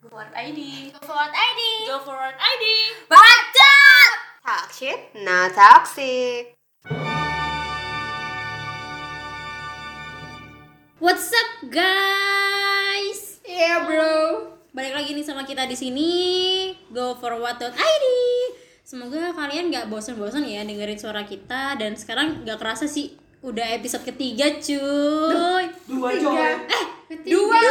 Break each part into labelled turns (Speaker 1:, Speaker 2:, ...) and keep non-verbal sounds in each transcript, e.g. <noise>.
Speaker 1: Forward ID.
Speaker 2: Go forward ID.
Speaker 1: Go Forward ID.
Speaker 2: Bacot.
Speaker 3: Taksit na
Speaker 2: Nah,
Speaker 3: taksi.
Speaker 2: What's up guys?
Speaker 3: Yeah, bro.
Speaker 2: Balik lagi nih sama kita di sini. Go forward.id. Semoga kalian nggak bosan-bosan ya dengerin suara kita dan sekarang nggak kerasa sih udah episode ketiga cuy. Eh,
Speaker 4: dua coy
Speaker 2: Dua.
Speaker 3: Dua.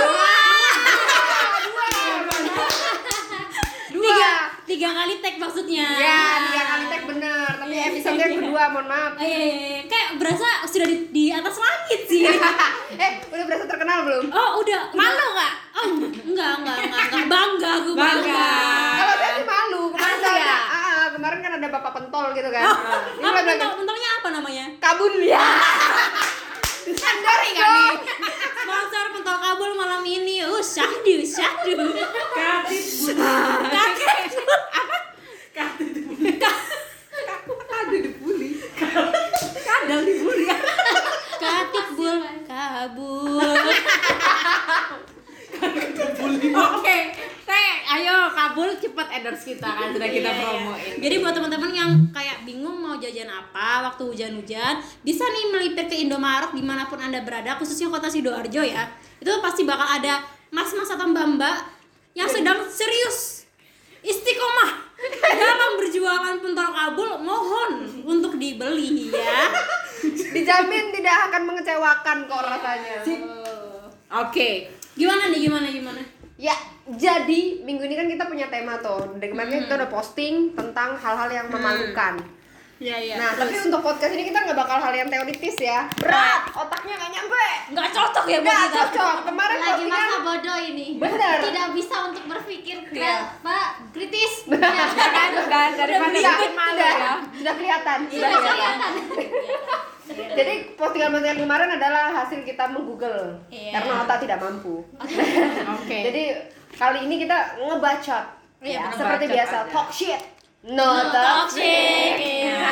Speaker 2: Tiga, tiga kali tag maksudnya.
Speaker 3: Ya, tiga kali tag bener. Tapi
Speaker 2: Iya.
Speaker 3: episode yang kedua, mohon maaf.
Speaker 2: Eh, iya, iya, iya. kayak berasa sudah di, di atas langit sih.
Speaker 3: eh, udah berasa terkenal belum?
Speaker 2: Oh, udah. Malu nggak? Oh, enggak, enggak, enggak, enggak. Bangga aku bangga.
Speaker 3: Kalau saya sih malu. Kemarin
Speaker 2: Malu
Speaker 3: ada,
Speaker 2: ya? Oh.
Speaker 3: ah, ah, kemarin kan ada bapak pentol gitu kan. Ini
Speaker 2: Apa Iya.
Speaker 3: udah bilang
Speaker 2: mentol- mentolnya apa namanya?
Speaker 3: kabun ya. Sendari kan nih.
Speaker 2: Sponsor pentol kabul malam ini. Uh, syahdu, syahdu.
Speaker 4: katit bulu
Speaker 2: Kakek.
Speaker 4: katit bulu ada dibully kadal dibully
Speaker 2: Katik bul kabul.
Speaker 4: dibully
Speaker 5: Oke, teh, ayo kabul cepet endorse kita kan sudah kita
Speaker 2: Iya, iya.
Speaker 5: promoin.
Speaker 2: Jadi buat teman-teman yang kayak bingung mau jajan apa waktu hujan-hujan, bisa nih melipir ke Indomaret dimanapun anda berada, khususnya kota sidoarjo ya. Itu pasti bakal ada mas-mas atau mbak-mbak yang sedang serius istiqomah dalam berjualan pentol kabul mohon untuk dibeli ya.
Speaker 3: Dijamin tidak akan mengecewakan kok
Speaker 2: Iya.
Speaker 3: rasanya.
Speaker 5: Oke,
Speaker 2: Gimana nih gimana gimana?
Speaker 3: Ya, jadi minggu ini kan kita punya tema tuh. Dan
Speaker 2: Hmm.
Speaker 3: kemarin kan kita udah posting tentang hal-hal yang memalukan.
Speaker 2: Iya Hmm. iya.
Speaker 3: Nah, tapi untuk podcast ini kita nggak bakal hal yang teoritis ya. Berat, otaknya nggak nyampe.
Speaker 2: nggak cocok ya buat
Speaker 3: Nggak
Speaker 2: kita.
Speaker 3: cocok. Kemarin
Speaker 6: Iya, lagi
Speaker 3: postingan
Speaker 6: masa bodoh ini
Speaker 3: Bener.
Speaker 6: tidak bisa untuk berpikir
Speaker 2: Iya.
Speaker 6: kenapa kritis
Speaker 5: kan udah dari
Speaker 3: Udah,
Speaker 5: mana bikin malu
Speaker 3: udah,
Speaker 5: ya.
Speaker 3: sudah kelihatan, sudah
Speaker 6: Tidak
Speaker 3: kelihatan.
Speaker 6: kelihatan.
Speaker 3: Jadi postingan-postingan kemarin adalah hasil kita menggoogle
Speaker 2: Iya.
Speaker 3: karena otak tidak mampu.
Speaker 5: Oke.
Speaker 3: Jadi kali ini kita ngebacot ya,
Speaker 6: Iya,
Speaker 5: bener,
Speaker 3: seperti
Speaker 5: bacot
Speaker 3: biasa
Speaker 5: aja.
Speaker 3: talk shit. No, talk shit.
Speaker 2: Toxic. Iya.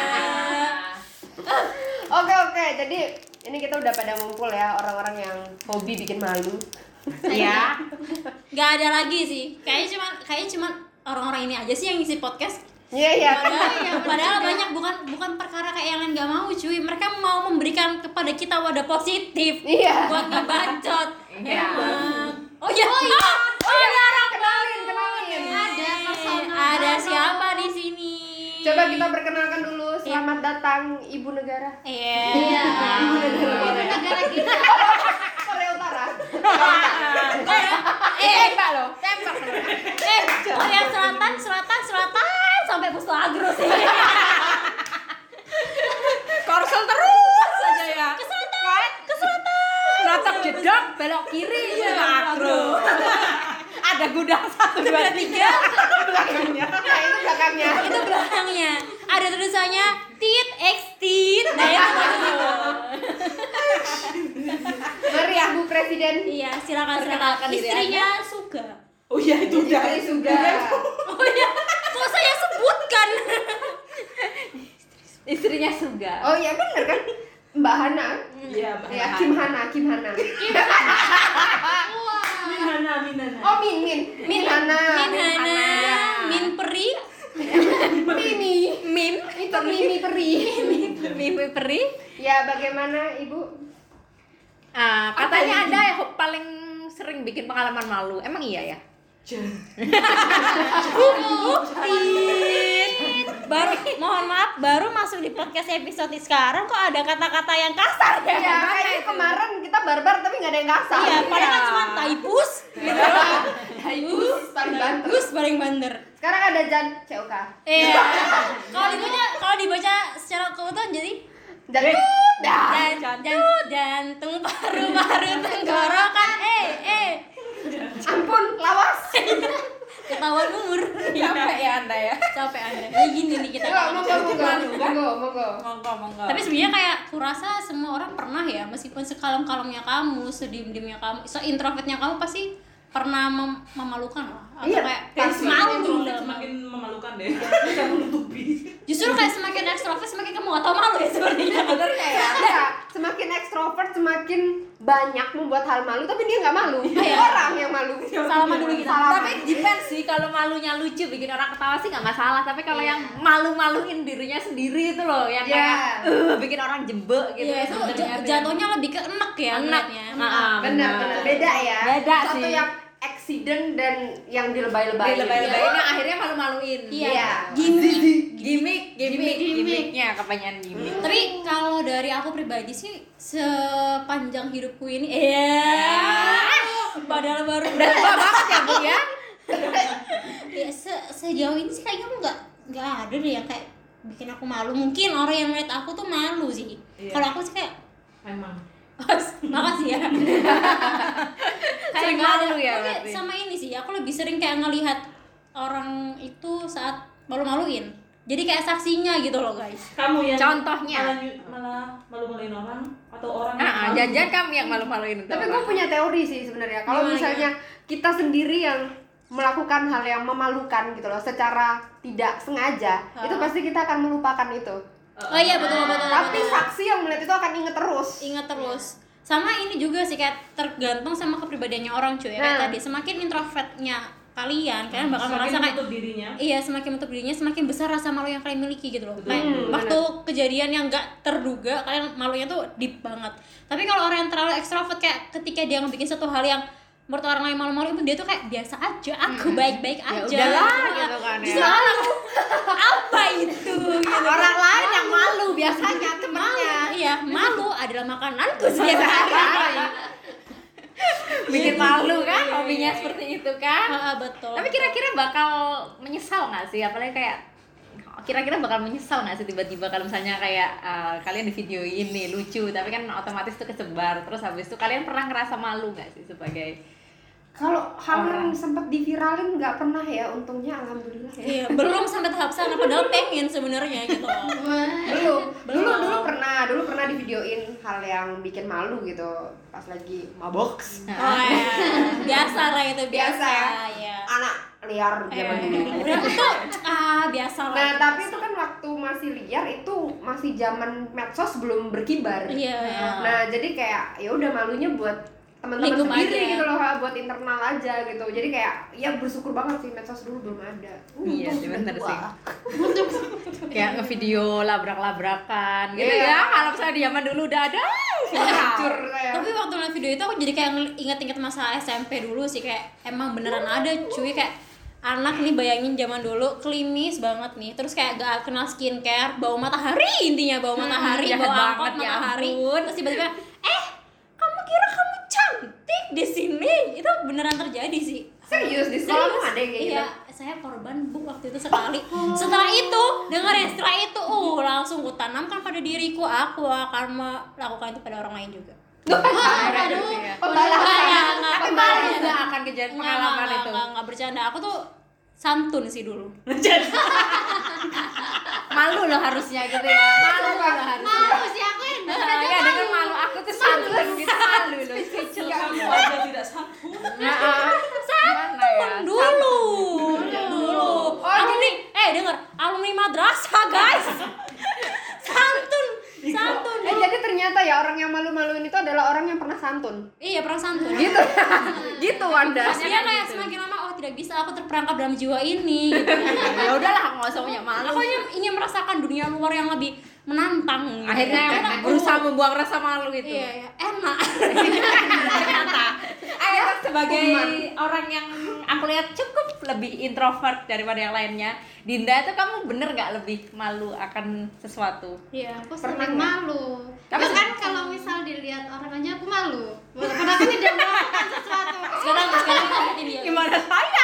Speaker 3: Oke oke, jadi ini kita udah pada ngumpul ya orang-orang yang hobi bikin malu.
Speaker 2: Iya.
Speaker 5: Ya.
Speaker 2: <laughs> nggak ada lagi sih kayaknya cuman kayaknya cuman orang-orang ini aja sih yang ngisi podcast
Speaker 3: Iya iya.
Speaker 2: padahal, padahal banyak bukan bukan perkara kayak yang lain nggak mau cuy mereka mau memberikan kepada kita wadah positif
Speaker 3: Iya.
Speaker 2: buat ngebacot
Speaker 5: Iya.
Speaker 2: Emang. oh iya oh iya oh, iya orang
Speaker 3: Kenalin, kenalin.
Speaker 2: ada
Speaker 6: personal
Speaker 2: ada
Speaker 6: baru.
Speaker 2: siapa di sini
Speaker 3: Coba kita perkenalkan dulu. Selamat datang Ibu Negara.
Speaker 2: iya
Speaker 6: Iya. Ibu negara kita
Speaker 3: Korea Utara.
Speaker 2: eh pak lo tembak eh Korea Selatan Selatan Selatan sampai Pusto Agro sih
Speaker 5: Korsel terus aja ya.
Speaker 2: ke selatan ke selatan Iya,
Speaker 5: Natap jedok, belok kiri, itu makro. Ada gudang satu dua tiga.
Speaker 3: <laughs> Nah, itu belakangnya.
Speaker 2: itu belakangnya ada tulisannya tit x tit nah itu maksudnya.
Speaker 3: Mari ya, Bu Presiden.
Speaker 2: iya silakan silakan
Speaker 5: Perkenalkan diri
Speaker 2: istrinya suga
Speaker 4: oh iya itu udah
Speaker 3: Istri sudah.
Speaker 2: oh iya kok saya sebutkan
Speaker 5: Istrinya Suga.
Speaker 3: Oh iya bener kan? Mbak Hana.
Speaker 4: iya Mbak.
Speaker 3: Ya, Kim Hana, Kim Hana.
Speaker 4: Minana Minana
Speaker 3: Oh Min Min, Min Hana. iya.
Speaker 2: min hana min peri
Speaker 3: Mimi. Min. Itu Mimi Peri.
Speaker 2: min peri
Speaker 3: Ya bagaimana Ibu?
Speaker 5: Ah, katanya ada yang paling sering bikin pengalaman malu. Emang iya ya?
Speaker 2: Tit. baru mohon maaf baru masuk di podcast episode sekarang kok ada kata-kata yang kasar ya
Speaker 3: Ya
Speaker 5: Iya.
Speaker 3: kayaknya kemarin kita barbar tapi nggak ada yang kasar.
Speaker 2: iya padahal cuma taipus gitu taipus
Speaker 3: Paling bantu.
Speaker 2: taipus paling bander
Speaker 3: Sekarang ada Jan COK.
Speaker 2: Iya. Kalau dibaca kalau dibaca secara keutuhan jadi
Speaker 3: Jan. Ya. Dah.
Speaker 2: dan dan jantung paru-paru tenggorokan eh eh
Speaker 3: Ampun, lawas.
Speaker 2: ketahuan umur
Speaker 5: Capek ya Anda ya.
Speaker 2: capek anda ya gini nih kita
Speaker 3: Yuk, monggo monggo. Monggo monggo.
Speaker 5: Monggo, monggo.
Speaker 2: tapi sebenarnya kayak kurasa semua orang pernah ya meskipun sekalem-kalemnya kamu sediem-diemnya kamu se introvertnya kamu pasti pernah mem- memalukan lah atau
Speaker 3: Iya,
Speaker 2: kayak
Speaker 4: Kayak
Speaker 2: pas gitu.
Speaker 4: semakin
Speaker 2: malu
Speaker 4: introvert
Speaker 2: dalam-
Speaker 4: semakin memalukan deh bisa menutupi
Speaker 5: Iya,
Speaker 2: justru kayak semakin ekstrovert semakin kamu gak tau malu ya sebenarnya
Speaker 3: Bener nggak ya? Enggak. semakin ekstrovert semakin banyak membuat hal malu tapi dia nggak malu orang yang Iya. malu
Speaker 5: salaman dulu kita
Speaker 3: Salaman.
Speaker 5: tapi depends sih kalau malunya lucu bikin orang ketawa sih nggak masalah tapi kalau
Speaker 6: Iya.
Speaker 5: yang malu-maluin dirinya sendiri itu loh yang
Speaker 3: Iya.
Speaker 5: kayak "Eh," bikin orang jembek gitu
Speaker 2: Iya, itu
Speaker 5: sebenarnya
Speaker 2: ja-
Speaker 5: tuh.
Speaker 2: jatuhnya lebih ke enek ya
Speaker 5: enak
Speaker 2: ngeliatnya.
Speaker 5: Ah,
Speaker 3: benar benar beda ya
Speaker 5: Beda
Speaker 3: satu
Speaker 5: sih.
Speaker 3: yang accident dan yang dilebay-lebay
Speaker 5: dilebay-lebayinnya Nah, akhirnya malu-maluin
Speaker 2: Iya.
Speaker 3: Iya.
Speaker 2: Gimik.
Speaker 5: gimmick gimmick
Speaker 6: Gimmick.
Speaker 5: gimmicknya kebanyakan gimmick
Speaker 2: Tapi kalau dari aku pribadi sih sepanjang hidupku ini eh padahal baru
Speaker 5: udah tua banget ya bu ya
Speaker 2: ya, se- sejauh ini sih kayaknya aku nggak nggak ada deh yang kayak bikin aku malu. Mungkin orang yang ngeliat aku tuh malu sih.
Speaker 4: Iya.
Speaker 2: Kalau aku sih kayak
Speaker 4: Emang.
Speaker 2: makasih ya.
Speaker 5: Sering
Speaker 2: nggak ada.
Speaker 5: malu ya,
Speaker 2: Tapi
Speaker 5: berarti.
Speaker 2: sama ini sih, aku lebih sering kayak ngelihat orang itu saat malu-maluin. Jadi kayak saksinya gitu loh, guys.
Speaker 4: Kamu yang
Speaker 5: Contohnya.
Speaker 4: malah, nyu- malah malu-maluin orang atau orang yang
Speaker 5: ah ah,
Speaker 4: malu?
Speaker 5: jangan kamu yang malu-maluin itu
Speaker 3: tapi gue
Speaker 5: orang.
Speaker 3: punya teori sih sebenarnya kalau
Speaker 2: Gimana,
Speaker 3: misalnya kita sendiri yang melakukan hal yang memalukan gitu loh secara tidak sengaja itu pasti kita akan melupakan itu
Speaker 2: Oh iya betul betul. betul,
Speaker 3: tapi
Speaker 2: betul.
Speaker 3: saksi yang melihat itu akan inget terus
Speaker 2: ingat terus. Sama ini juga sih kayak tergantung sama kepribadiannya orang cuy. Ya, Kayak
Speaker 3: Nah.
Speaker 2: tadi semakin introvertnya kalian, kalian bakal
Speaker 4: Semakin
Speaker 2: merasa kayak
Speaker 4: tutup dirinya. <laughs>
Speaker 2: Iya, semakin menutup dirinya, semakin besar rasa malu yang kalian miliki gitu loh.
Speaker 4: Betul.
Speaker 2: Kayak
Speaker 3: Hmm,
Speaker 2: waktu kejadian yang gak terduga, kalian malunya tuh deep banget. Tapi kalau orang yang terlalu ekstrovert kayak ketika dia ngebikin satu hal yang menurut orang lain malu-malu itu dia tuh kayak biasa aja, aku baik-baik
Speaker 5: ya
Speaker 2: aja.
Speaker 5: udahlah
Speaker 2: Gitu.
Speaker 5: gitu kan
Speaker 2: Justru
Speaker 5: ya
Speaker 2: orang <laughs> apa itu? gitu.
Speaker 5: orang lain yang malu biasanya temennya
Speaker 2: Malu, iya, malu adalah makananku
Speaker 5: <laughs>
Speaker 2: sehari-hari.
Speaker 5: bikin malu kan
Speaker 2: Iya, iya,
Speaker 5: hobinya
Speaker 2: iya.
Speaker 5: seperti itu kan
Speaker 2: Ah, ah, betul.
Speaker 5: tapi kira-kira bakal menyesal nggak sih apalagi kayak kira-kira bakal menyesal nggak sih tiba-tiba kalau misalnya kayak eh, kalian di video ini lucu tapi kan otomatis itu kesebar terus habis itu kalian pernah ngerasa malu nggak sih sebagai
Speaker 3: kalau hal
Speaker 5: Orang.
Speaker 3: yang sempat diviralin nggak pernah ya untungnya alhamdulillah ya
Speaker 2: Iya, belum sampai tahap sana padahal pengen sebenarnya gitu.
Speaker 3: dulu dulu
Speaker 2: Belum.
Speaker 3: dulu pernah dulu pernah divideoin hal yang bikin malu gitu pas lagi mabok
Speaker 2: Oh, ya. biasa lah itu biasa,
Speaker 3: Biasa
Speaker 2: ya.
Speaker 3: anak liar
Speaker 5: Iya,
Speaker 2: Eh,
Speaker 3: zaman dulu
Speaker 2: udah itu ah biasa lah.
Speaker 3: nah tapi itu kan waktu masih liar itu masih zaman medsos belum berkibar
Speaker 2: Iya, iya.
Speaker 3: nah jadi kayak ya udah malunya buat teman-teman
Speaker 2: Lingkup
Speaker 3: sendiri
Speaker 2: aja. ya.
Speaker 3: gitu loh ha, buat internal aja gitu jadi kayak ya bersyukur banget sih medsos dulu belum ada
Speaker 5: Iya
Speaker 3: Untung
Speaker 5: sih,
Speaker 3: sudah
Speaker 5: bener
Speaker 3: tua.
Speaker 5: sih. kayak ngevideo labrak-labrakan gitu
Speaker 3: Iya.
Speaker 5: ya kalau misalnya di zaman dulu udah ada
Speaker 3: hancur
Speaker 5: Iya.
Speaker 3: saya
Speaker 2: Tapi waktu ngeliat video itu aku jadi kayak ngel- inget-inget masa SMP dulu sih kayak emang beneran ada cuy kayak anak nih bayangin zaman dulu klimis banget nih terus kayak gak kenal skincare bau matahari intinya bau matahari
Speaker 5: jahat
Speaker 2: bau angkot
Speaker 5: Hmm, banget, ya
Speaker 2: matahari
Speaker 5: ampun.
Speaker 2: terus tiba-tiba eh kamu kira kamu cantik di sini itu beneran terjadi sih
Speaker 3: serius di sekolahmu
Speaker 2: Serius?
Speaker 3: ada yang kayak gitu?
Speaker 2: iya, saya korban bu waktu itu sekali. Setelah
Speaker 5: Oh.
Speaker 2: itu, dengar ya, setelah itu, uh, langsung kutanamkan pada diriku, aku akan melakukan itu pada orang lain juga.
Speaker 3: gitu
Speaker 6: aduh.
Speaker 3: ya? pembalasan
Speaker 2: Enggak,
Speaker 5: tapi
Speaker 2: enggak,
Speaker 5: malu
Speaker 2: enggak,
Speaker 5: nggak akan kejadian
Speaker 2: enggak,
Speaker 5: pengalaman
Speaker 2: enggak,
Speaker 5: itu
Speaker 2: enggak, enggak, bercanda. Aku tuh santun sih dulu.
Speaker 5: malu loh harusnya gitu ya malu loh harusnya
Speaker 6: Malu sih aku
Speaker 5: <laughs>
Speaker 6: yang
Speaker 5: Nah,
Speaker 6: dengar aja
Speaker 5: ya
Speaker 6: malu.
Speaker 5: dengan malu aku tuh santun gitu malu loh Nah,
Speaker 4: Kecil
Speaker 2: Iya.
Speaker 4: kamu aja tidak satu.
Speaker 5: santun Oh,
Speaker 2: Dulu. Dulu. alumni, eh denger, alumni madrasah, guys. santun, santun.
Speaker 3: eh jadi ternyata ya orang yang malu-maluin itu adalah orang yang pernah santun
Speaker 2: Iya, perang santun.
Speaker 3: gitu gitu Wanda
Speaker 2: Terus dia kayak semakin lama oh tidak bisa aku terperangkap dalam jiwa ini gitu.
Speaker 5: ya udahlah nggak usah punya malu
Speaker 2: aku hanya ingin merasakan dunia luar yang lebih menantang gitu.
Speaker 5: akhirnya
Speaker 2: Karena aku-
Speaker 5: berusaha membuang rasa malu gitu. itu
Speaker 2: iya, iya enak
Speaker 5: Ayo sebagai orang yang aku lihat cukup lebih introvert daripada yang lainnya Dinda itu kamu bener nggak lebih malu akan sesuatu
Speaker 2: iya
Speaker 6: Aku
Speaker 3: Pernah
Speaker 6: sering
Speaker 3: nggak?
Speaker 6: malu.
Speaker 5: Tapi
Speaker 6: Bahkan kalau misal dilihat orang aja aku malu. Walaupun aku tidak melakukan sesuatu.
Speaker 2: sekarang sekarang kita liatin dia
Speaker 5: gimana saya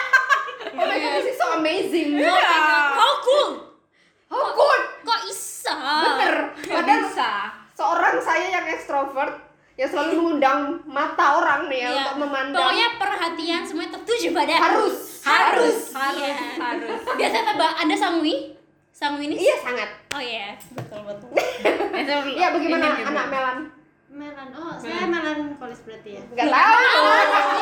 Speaker 3: oh my god this is so amazing
Speaker 2: how cool
Speaker 3: how good
Speaker 2: kok bisa
Speaker 3: bener ya,
Speaker 5: Padahal
Speaker 3: padahal
Speaker 5: bisa
Speaker 3: seorang saya yang ekstrovert yang selalu mengundang mata orang nih ya,
Speaker 2: Iya.
Speaker 3: untuk memandang
Speaker 2: pokoknya perhatian semuanya tertuju pada
Speaker 3: harus
Speaker 5: harus
Speaker 2: Iya.
Speaker 5: harus harus
Speaker 2: biasanya tebak ada sangwi sangwi ini
Speaker 3: iya sangat
Speaker 2: oh iya betul betul
Speaker 5: Itu
Speaker 3: iya bagaimana
Speaker 5: ingin
Speaker 3: anak
Speaker 5: dibuat.
Speaker 3: Melan
Speaker 6: Melan. Oh, saya melankolis berarti ya.
Speaker 3: nggak tahu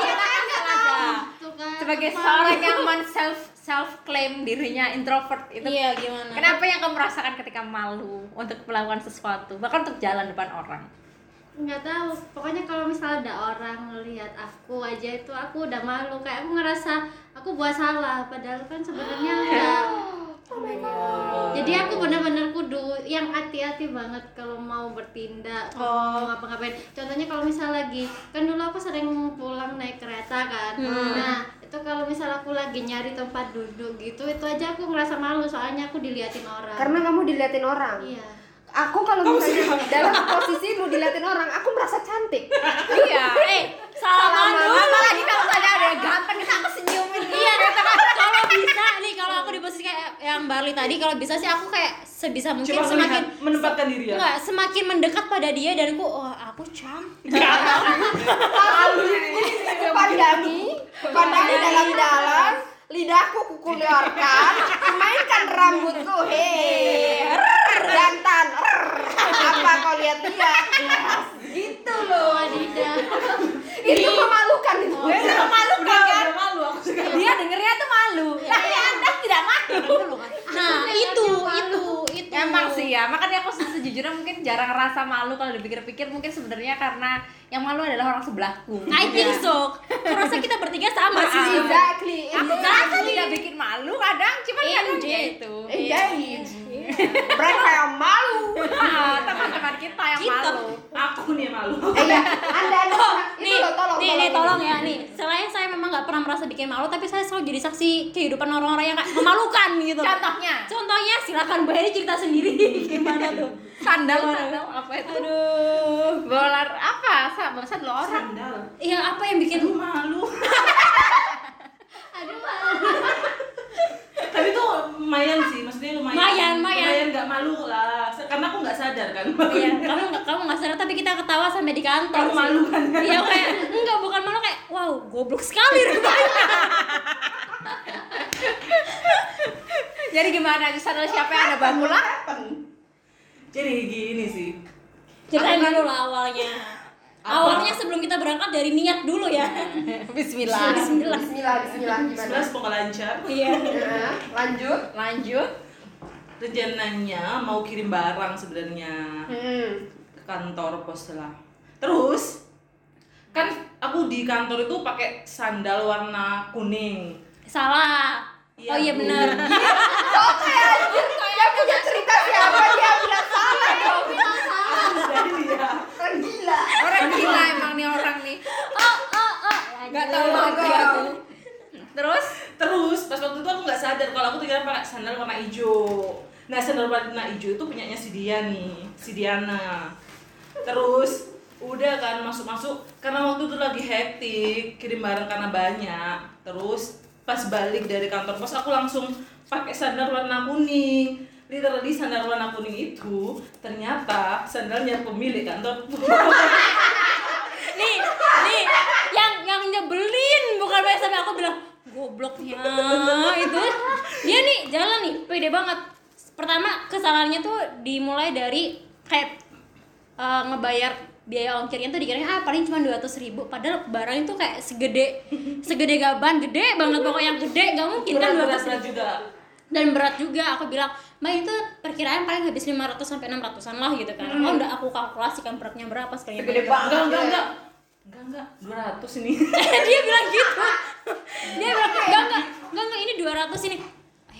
Speaker 6: Iya kan enggak tahu. Tuh kan.
Speaker 5: sebagai
Speaker 6: aku
Speaker 5: seorang yang men self self claim dirinya introvert itu
Speaker 2: iya gimana
Speaker 5: Kenapa yang kamu rasakan ketika malu untuk melakukan sesuatu, bahkan untuk jalan depan orang?
Speaker 6: nggak tahu pokoknya kalau misalnya ada orang ngelihat aku aja itu aku udah malu kayak aku ngerasa aku buat salah padahal kan sebenarnya
Speaker 3: Iya.
Speaker 6: enggak
Speaker 3: Oh
Speaker 6: jadi aku benar-benar kudu yang hati-hati banget kalau mau bertindak
Speaker 2: Oh.
Speaker 6: mau ngapa-ngapain contohnya kalau misal lagi kan dulu aku sering pulang naik kereta kan
Speaker 2: Hmm.
Speaker 6: nah itu kalau misal aku lagi nyari tempat duduk gitu itu aja aku ngerasa malu soalnya aku diliatin orang
Speaker 3: Karena kamu diliatin orang.
Speaker 6: iya
Speaker 3: Aku kalau misalnya dalam posisi lu diliatin orang, aku merasa cantik.
Speaker 5: iya <laughs> eh salaman
Speaker 3: Salaman.
Speaker 5: dulu apalagi kalau misalnya ada yang ganteng kita aku senyumin
Speaker 2: iya kalau bisa nih kalau aku di posisi kayak yang Barli tadi kalau bisa sih aku kayak sebisa mungkin
Speaker 4: Cuma
Speaker 2: semakin
Speaker 4: melihat, menempatkan diri ya.
Speaker 2: enggak semakin mendekat pada dia dan aku oh aku cantik
Speaker 3: Pandangi, pandangi dalam-dalam, lidahku kukuliorkan, mainkan rambutku, hei, rrrr, jantan, rrrr. apa kau lihat-lihat? gitu loh. Itu memalukan itu.
Speaker 4: Udah, udah malu aku suka.
Speaker 5: kan? dia dengernya tuh malu tapi anda tidak malu
Speaker 2: nah itu itu itu
Speaker 5: Emang sih ya, makanya aku se- sejujurnya mungkin jarang rasa malu kalau dipikir-pikir mungkin sebenarnya karena yang malu adalah orang sebelahku.
Speaker 2: I think so Kurasa kita bertiga sama ah. sih
Speaker 3: Exactly.
Speaker 5: Aku merasa tidak bikin malu kadang, cuman kadang dia itu.
Speaker 3: Iya. Engage. Mereka yang malu.
Speaker 5: Ah, <laughs> teman-teman kita yang
Speaker 2: Kita.
Speaker 5: malu.
Speaker 4: Aku nih yang malu.
Speaker 3: Eh ya, anda ada itu
Speaker 2: nih,
Speaker 3: loh, tolong,
Speaker 2: Oh, nih, nih, tolong ya nih. Selain saya memang nggak pernah merasa bikin malu, tapi saya selalu jadi saksi kehidupan orang-orang yang kayak memalukan gitu.
Speaker 5: Contohnya,
Speaker 2: Contohnya silakan Bu Heri cerita sendiri <laughs> gimana tuh?
Speaker 5: sandal sandal apa itu? Aduh, bolar apa? Sama sandal orang.
Speaker 4: Sandal.
Speaker 2: Iya apa yang bikin
Speaker 4: Aduh
Speaker 2: <laughs>
Speaker 4: malu.
Speaker 6: aduh
Speaker 4: Tapi tuh lumayan sih, maksudnya lumayan.
Speaker 2: Lumayan, lumayan.
Speaker 4: Lumayan nggak malu lah. Se- Karena aku nggak sadar kan.
Speaker 2: Iya, kamu nggak kamu nggak sadar tapi kita ketawa sampai di kantor.
Speaker 4: Kamu
Speaker 2: sih.
Speaker 4: malu kan?
Speaker 2: Iya kayak enggak bukan malu kayak wow goblok sekali rupanya.
Speaker 5: Jadi gimana? Sandal siapa yang ada bakulah?
Speaker 4: Jadi gini sih.
Speaker 2: Ceritain dulu lah kan awalnya. Awalnya sebelum kita berangkat dari niat dulu ya.
Speaker 5: Bismillah.
Speaker 3: Bismillah, Bismillah, Bismillah, gimana?
Speaker 4: Sebelas semoga lancar.
Speaker 2: Iya.
Speaker 3: Nah, lanjut.
Speaker 5: Lanjut.
Speaker 4: Rencananya mau kirim barang sebenarnya.
Speaker 3: Hmm.
Speaker 4: ke kantor pos lah terus kan aku di kantor itu pakai sandal warna kuning
Speaker 2: Salah.
Speaker 4: Iya,
Speaker 2: oh iya
Speaker 4: Bu.
Speaker 2: benar.
Speaker 3: Yang punya cerita siapa dia bilang salah dong. Orang gila.
Speaker 5: Orang gila emang nih orang nih.
Speaker 2: Oh oh oh.
Speaker 5: Gak tahu lagi aku. Terus
Speaker 4: terus pas waktu itu aku nggak sadar kalau aku tinggal pakai sandal warna hijau nah sandal warna hijau itu punyanya si dia nih si Diana terus udah kan masuk masuk karena waktu itu lagi hektik kirim barang karena banyak terus pas balik dari kantor pos aku langsung pakai sandal warna kuning literally sandal warna kuning itu ternyata sandalnya pemilik kantor pos
Speaker 2: Nih nih yang yang nyebelin bukan main sampai aku bilang gobloknya itu. Dia nih jalan nih pede banget. Pertama kesalahannya tuh dimulai dari kayak eh, ngebayar biaya ongkirnya tuh dikiranya ah paling cuma 200.000 ribu padahal barang itu kayak segede segede gaban gede banget pokoknya yang gede nggak mungkin kan dua
Speaker 4: berat-berat juga
Speaker 2: dan berat juga aku bilang mbak itu perkiraan paling habis 500 sampai 600an lah gitu kan oh udah aku kalkulasikan beratnya berapa sekalinya
Speaker 3: Gede
Speaker 4: Enggak,
Speaker 3: banget.
Speaker 4: enggak, enggak. Enggak, enggak. 200 ini.
Speaker 2: <laughs> dia bilang gitu dia bilang enggak enggak enggak enggak ini 200 ini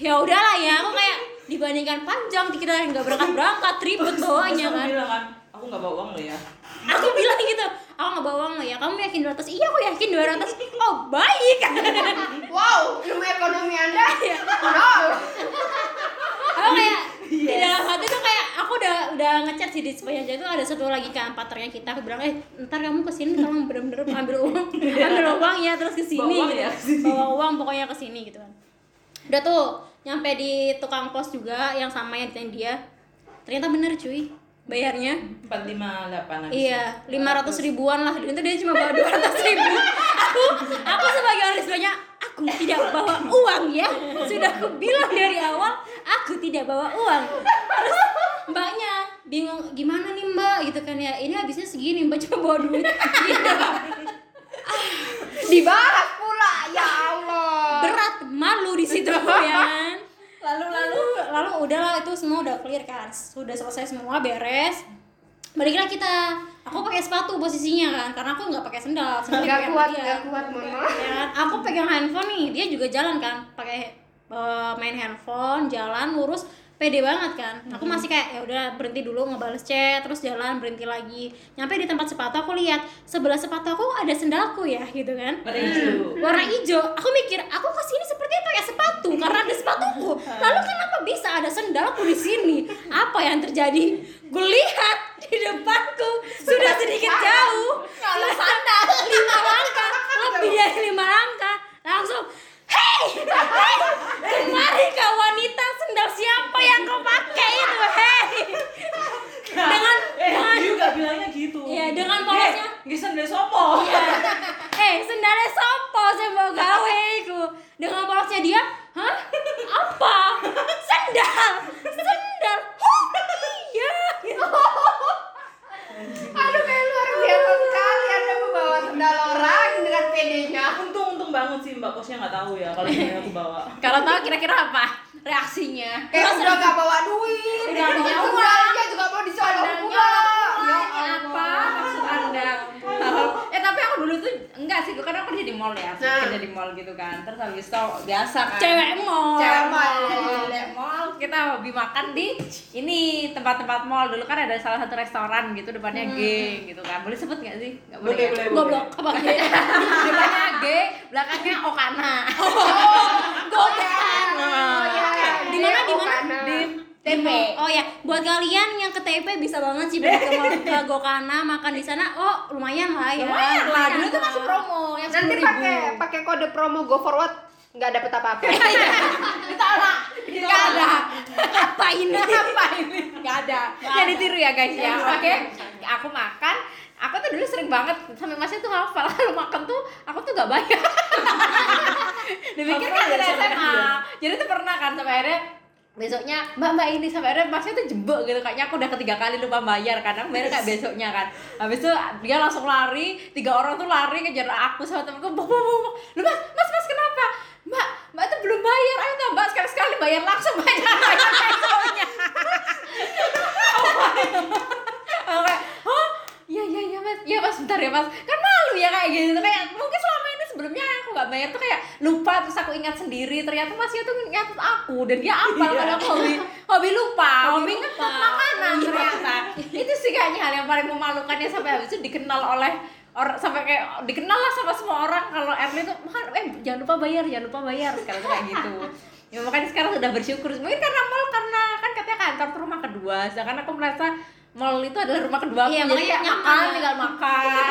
Speaker 2: ya udahlah ya aku kayak dibandingkan panjang kita yang nggak berangkat berangkat ribet bawaannya
Speaker 4: Terus aku
Speaker 2: kan
Speaker 4: bilang kan, aku enggak bawa uang lo ya.
Speaker 2: aku bilang gitu aku nggak bawa uang lo ya kamu yakin 200 iya aku yakin 200 oh baik <laughs>
Speaker 3: Wow, ilmu ekonomi anda nol.
Speaker 2: aku kayak
Speaker 4: Iya.
Speaker 2: di dalam hati tuh kayak aku udah udah ngecat sih di sepanjang jalan itu ada satu lagi kan partnernya kita aku bilang eh ntar kamu kesini tolong bener-bener ambil
Speaker 4: <laughs>
Speaker 2: uang ambil uang ya terus kesini
Speaker 4: Iya. Bawa uang
Speaker 2: gitu
Speaker 4: ya, kesini.
Speaker 2: bawa uang pokoknya kesini gitu kan udah tuh nyampe di tukang pos juga yang sama yang ditanyain dia ternyata bener cuy bayarnya
Speaker 4: 458 lagi.
Speaker 2: Iya, 500 ribuan lah. Dan itu dia cuma bawa 200 ribu. Aku, aku sebagai orang Lisbonnya, aku tidak bawa uang ya. Sudah aku bilang dari awal, aku tidak bawa uang. Terus mbaknya bingung, gimana nih mbak gitu kan ya. Ini habisnya segini, mbak cuma bawa duit. <laughs> Ah, Gitu.
Speaker 3: Dibahas pula, ya Allah.
Speaker 2: Berat, malu di
Speaker 3: <laughs>
Speaker 2: situ ya. kan. Lalu lalu lalu udahlah itu semua udah clear kan. Sudah selesai semua beres. baliklah kita aku pakai sepatu posisinya kan karena aku nggak pakai sendal sendal
Speaker 3: Nggak
Speaker 2: pakai
Speaker 3: kuat,
Speaker 2: dia.
Speaker 3: nggak kuat, mohon maaf.
Speaker 2: Ya kan? aku pegang handphone nih dia juga jalan kan pakai eh, main handphone jalan lurus pede banget kan aku masih kayak ya udah berhenti dulu ngebales chat terus jalan berhenti lagi nyampe di tempat sepatu aku lihat sebelah sepatu aku ada sendalku ya gitu kan
Speaker 4: Pada hijau.
Speaker 2: warna hijau aku mikir aku kesini sepertinya pakai ya, sepatu karena ada sepatuku lalu kenapa bisa ada sendalku di sini apa yang terjadi gue lihat di depanku sudah sedikit jauh sudah sandal lima langkah lebih dari lima langkah langsung hei hei kemari kau wanita sendal siapa yang kau pakai itu hei dengan
Speaker 4: <laughs> eh
Speaker 2: dengan
Speaker 4: juga bilangnya gitu.
Speaker 2: Iya, dengan polosnya.
Speaker 4: Eh, Gisen dari sopo. <laughs>
Speaker 2: eh sendalnya sopo saya mau gawe iku dengan polosnya dia hah apa sendal sendal oh iya
Speaker 3: Aduh kayak luar biasa sekali Anda membawa sendal orang dengan pedenya.
Speaker 4: Untung-untung banget sih Mbak Kosnya nggak tahu ya kalau ini aku
Speaker 2: <laughs>
Speaker 4: bawa.
Speaker 5: Kalau tahu kira-kira apa reaksinya?
Speaker 3: Kayak udah gak bawa duit.
Speaker 5: Udah nggak bawa uang.
Speaker 3: Sendalnya juga mau dicolok
Speaker 5: Sandalnya
Speaker 3: pula. Ya
Speaker 5: apa
Speaker 3: Allah.
Speaker 5: maksud anda? Eh tapi aku dulu tuh enggak sih, karena aku kerja di mall ya, aku
Speaker 3: Nah.
Speaker 5: kerja di mall gitu kan. Terus habis itu biasa kan.
Speaker 2: cewek mau
Speaker 3: Cewek
Speaker 2: Oh,
Speaker 3: mall.
Speaker 2: iya.
Speaker 5: Cewek mall, kita hobi makan di ini tempat-tempat mall dulu kan ada salah satu restoran gitu depannya G gitu kan. Boleh sebut nggak sih? Nggak
Speaker 4: Boleh,
Speaker 5: ya?
Speaker 4: boleh, boleh.
Speaker 2: goblok apa gitu
Speaker 5: depannya G, belakangnya Okana.
Speaker 2: <laughs> goblok
Speaker 3: Oh, ya.
Speaker 2: Di mana, di mana?
Speaker 3: Okana.
Speaker 5: TP.
Speaker 2: Oh ya, buat kalian yang ke TP bisa banget sih balik ke, mall- ke Gokana makan di sana. Oh, lumayan lah ya.
Speaker 5: Lumayan lah, dulu tuh masih promo yang
Speaker 3: Nanti
Speaker 5: 10.000.
Speaker 3: pakai pakai kode promo go forward nggak dapet
Speaker 2: <laughs>
Speaker 3: apa-apa.
Speaker 5: Nggak ada.
Speaker 2: Apa ini?
Speaker 5: apa ini nggak ada ya ditiru ya guys ya oke aku makan aku tuh dulu sering banget sampai masih tuh hafal <laughs> kalau makan tuh aku tuh gak bayar <laughs> dipikir kan
Speaker 4: Hafal
Speaker 5: dari
Speaker 4: ya, sampai
Speaker 5: SMA jadi tuh pernah kan sampai akhirnya besoknya mbak mbak ini sampai akhirnya masih tuh jebok gitu kayaknya aku udah ketiga kali lupa bayar karena bayar kayak besoknya kan habis itu dia langsung lari tiga orang tuh lari kejar aku sama temenku bok bok bok bok. lu mas mas mas kenapa mbak mbak tuh belum bayar ayo tuh mbak sekali sekali bayar langsung <laughs> bayar bayar besoknya Aku kayak, "Hah? Iya iya iya mas, iya mas bentar ya mas Kan malu ya kayak gitu Kayak mungkin selama ini sebelumnya aku gak bayar tuh kayak lupa Terus aku ingat sendiri Ternyata masnya tuh nyatet aku Dan dia apa
Speaker 4: Iya.
Speaker 5: Padahal aku hobi, hobi lupa Hobi,
Speaker 2: Hobi
Speaker 5: ngetet
Speaker 2: lupa. Iya.
Speaker 5: makanan ternyata Itu sih kayaknya hal yang paling memalukannya Sampai habis itu dikenal oleh orang sampai kayak dikenal lah sama semua orang kalau Erly tuh "Mahar, eh jangan lupa bayar jangan lupa bayar sekarang tuh kayak
Speaker 2: <laughs>
Speaker 5: gitu ya makanya sekarang sudah bersyukur mungkin karena mall karena kan katanya kantor tuh rumah kedua sedangkan aku merasa mall itu adalah rumah kedua aku
Speaker 2: Iya,
Speaker 5: jadi
Speaker 2: makanya
Speaker 5: kayak makan
Speaker 2: nyaman ya.
Speaker 5: tinggal
Speaker 2: <laughs>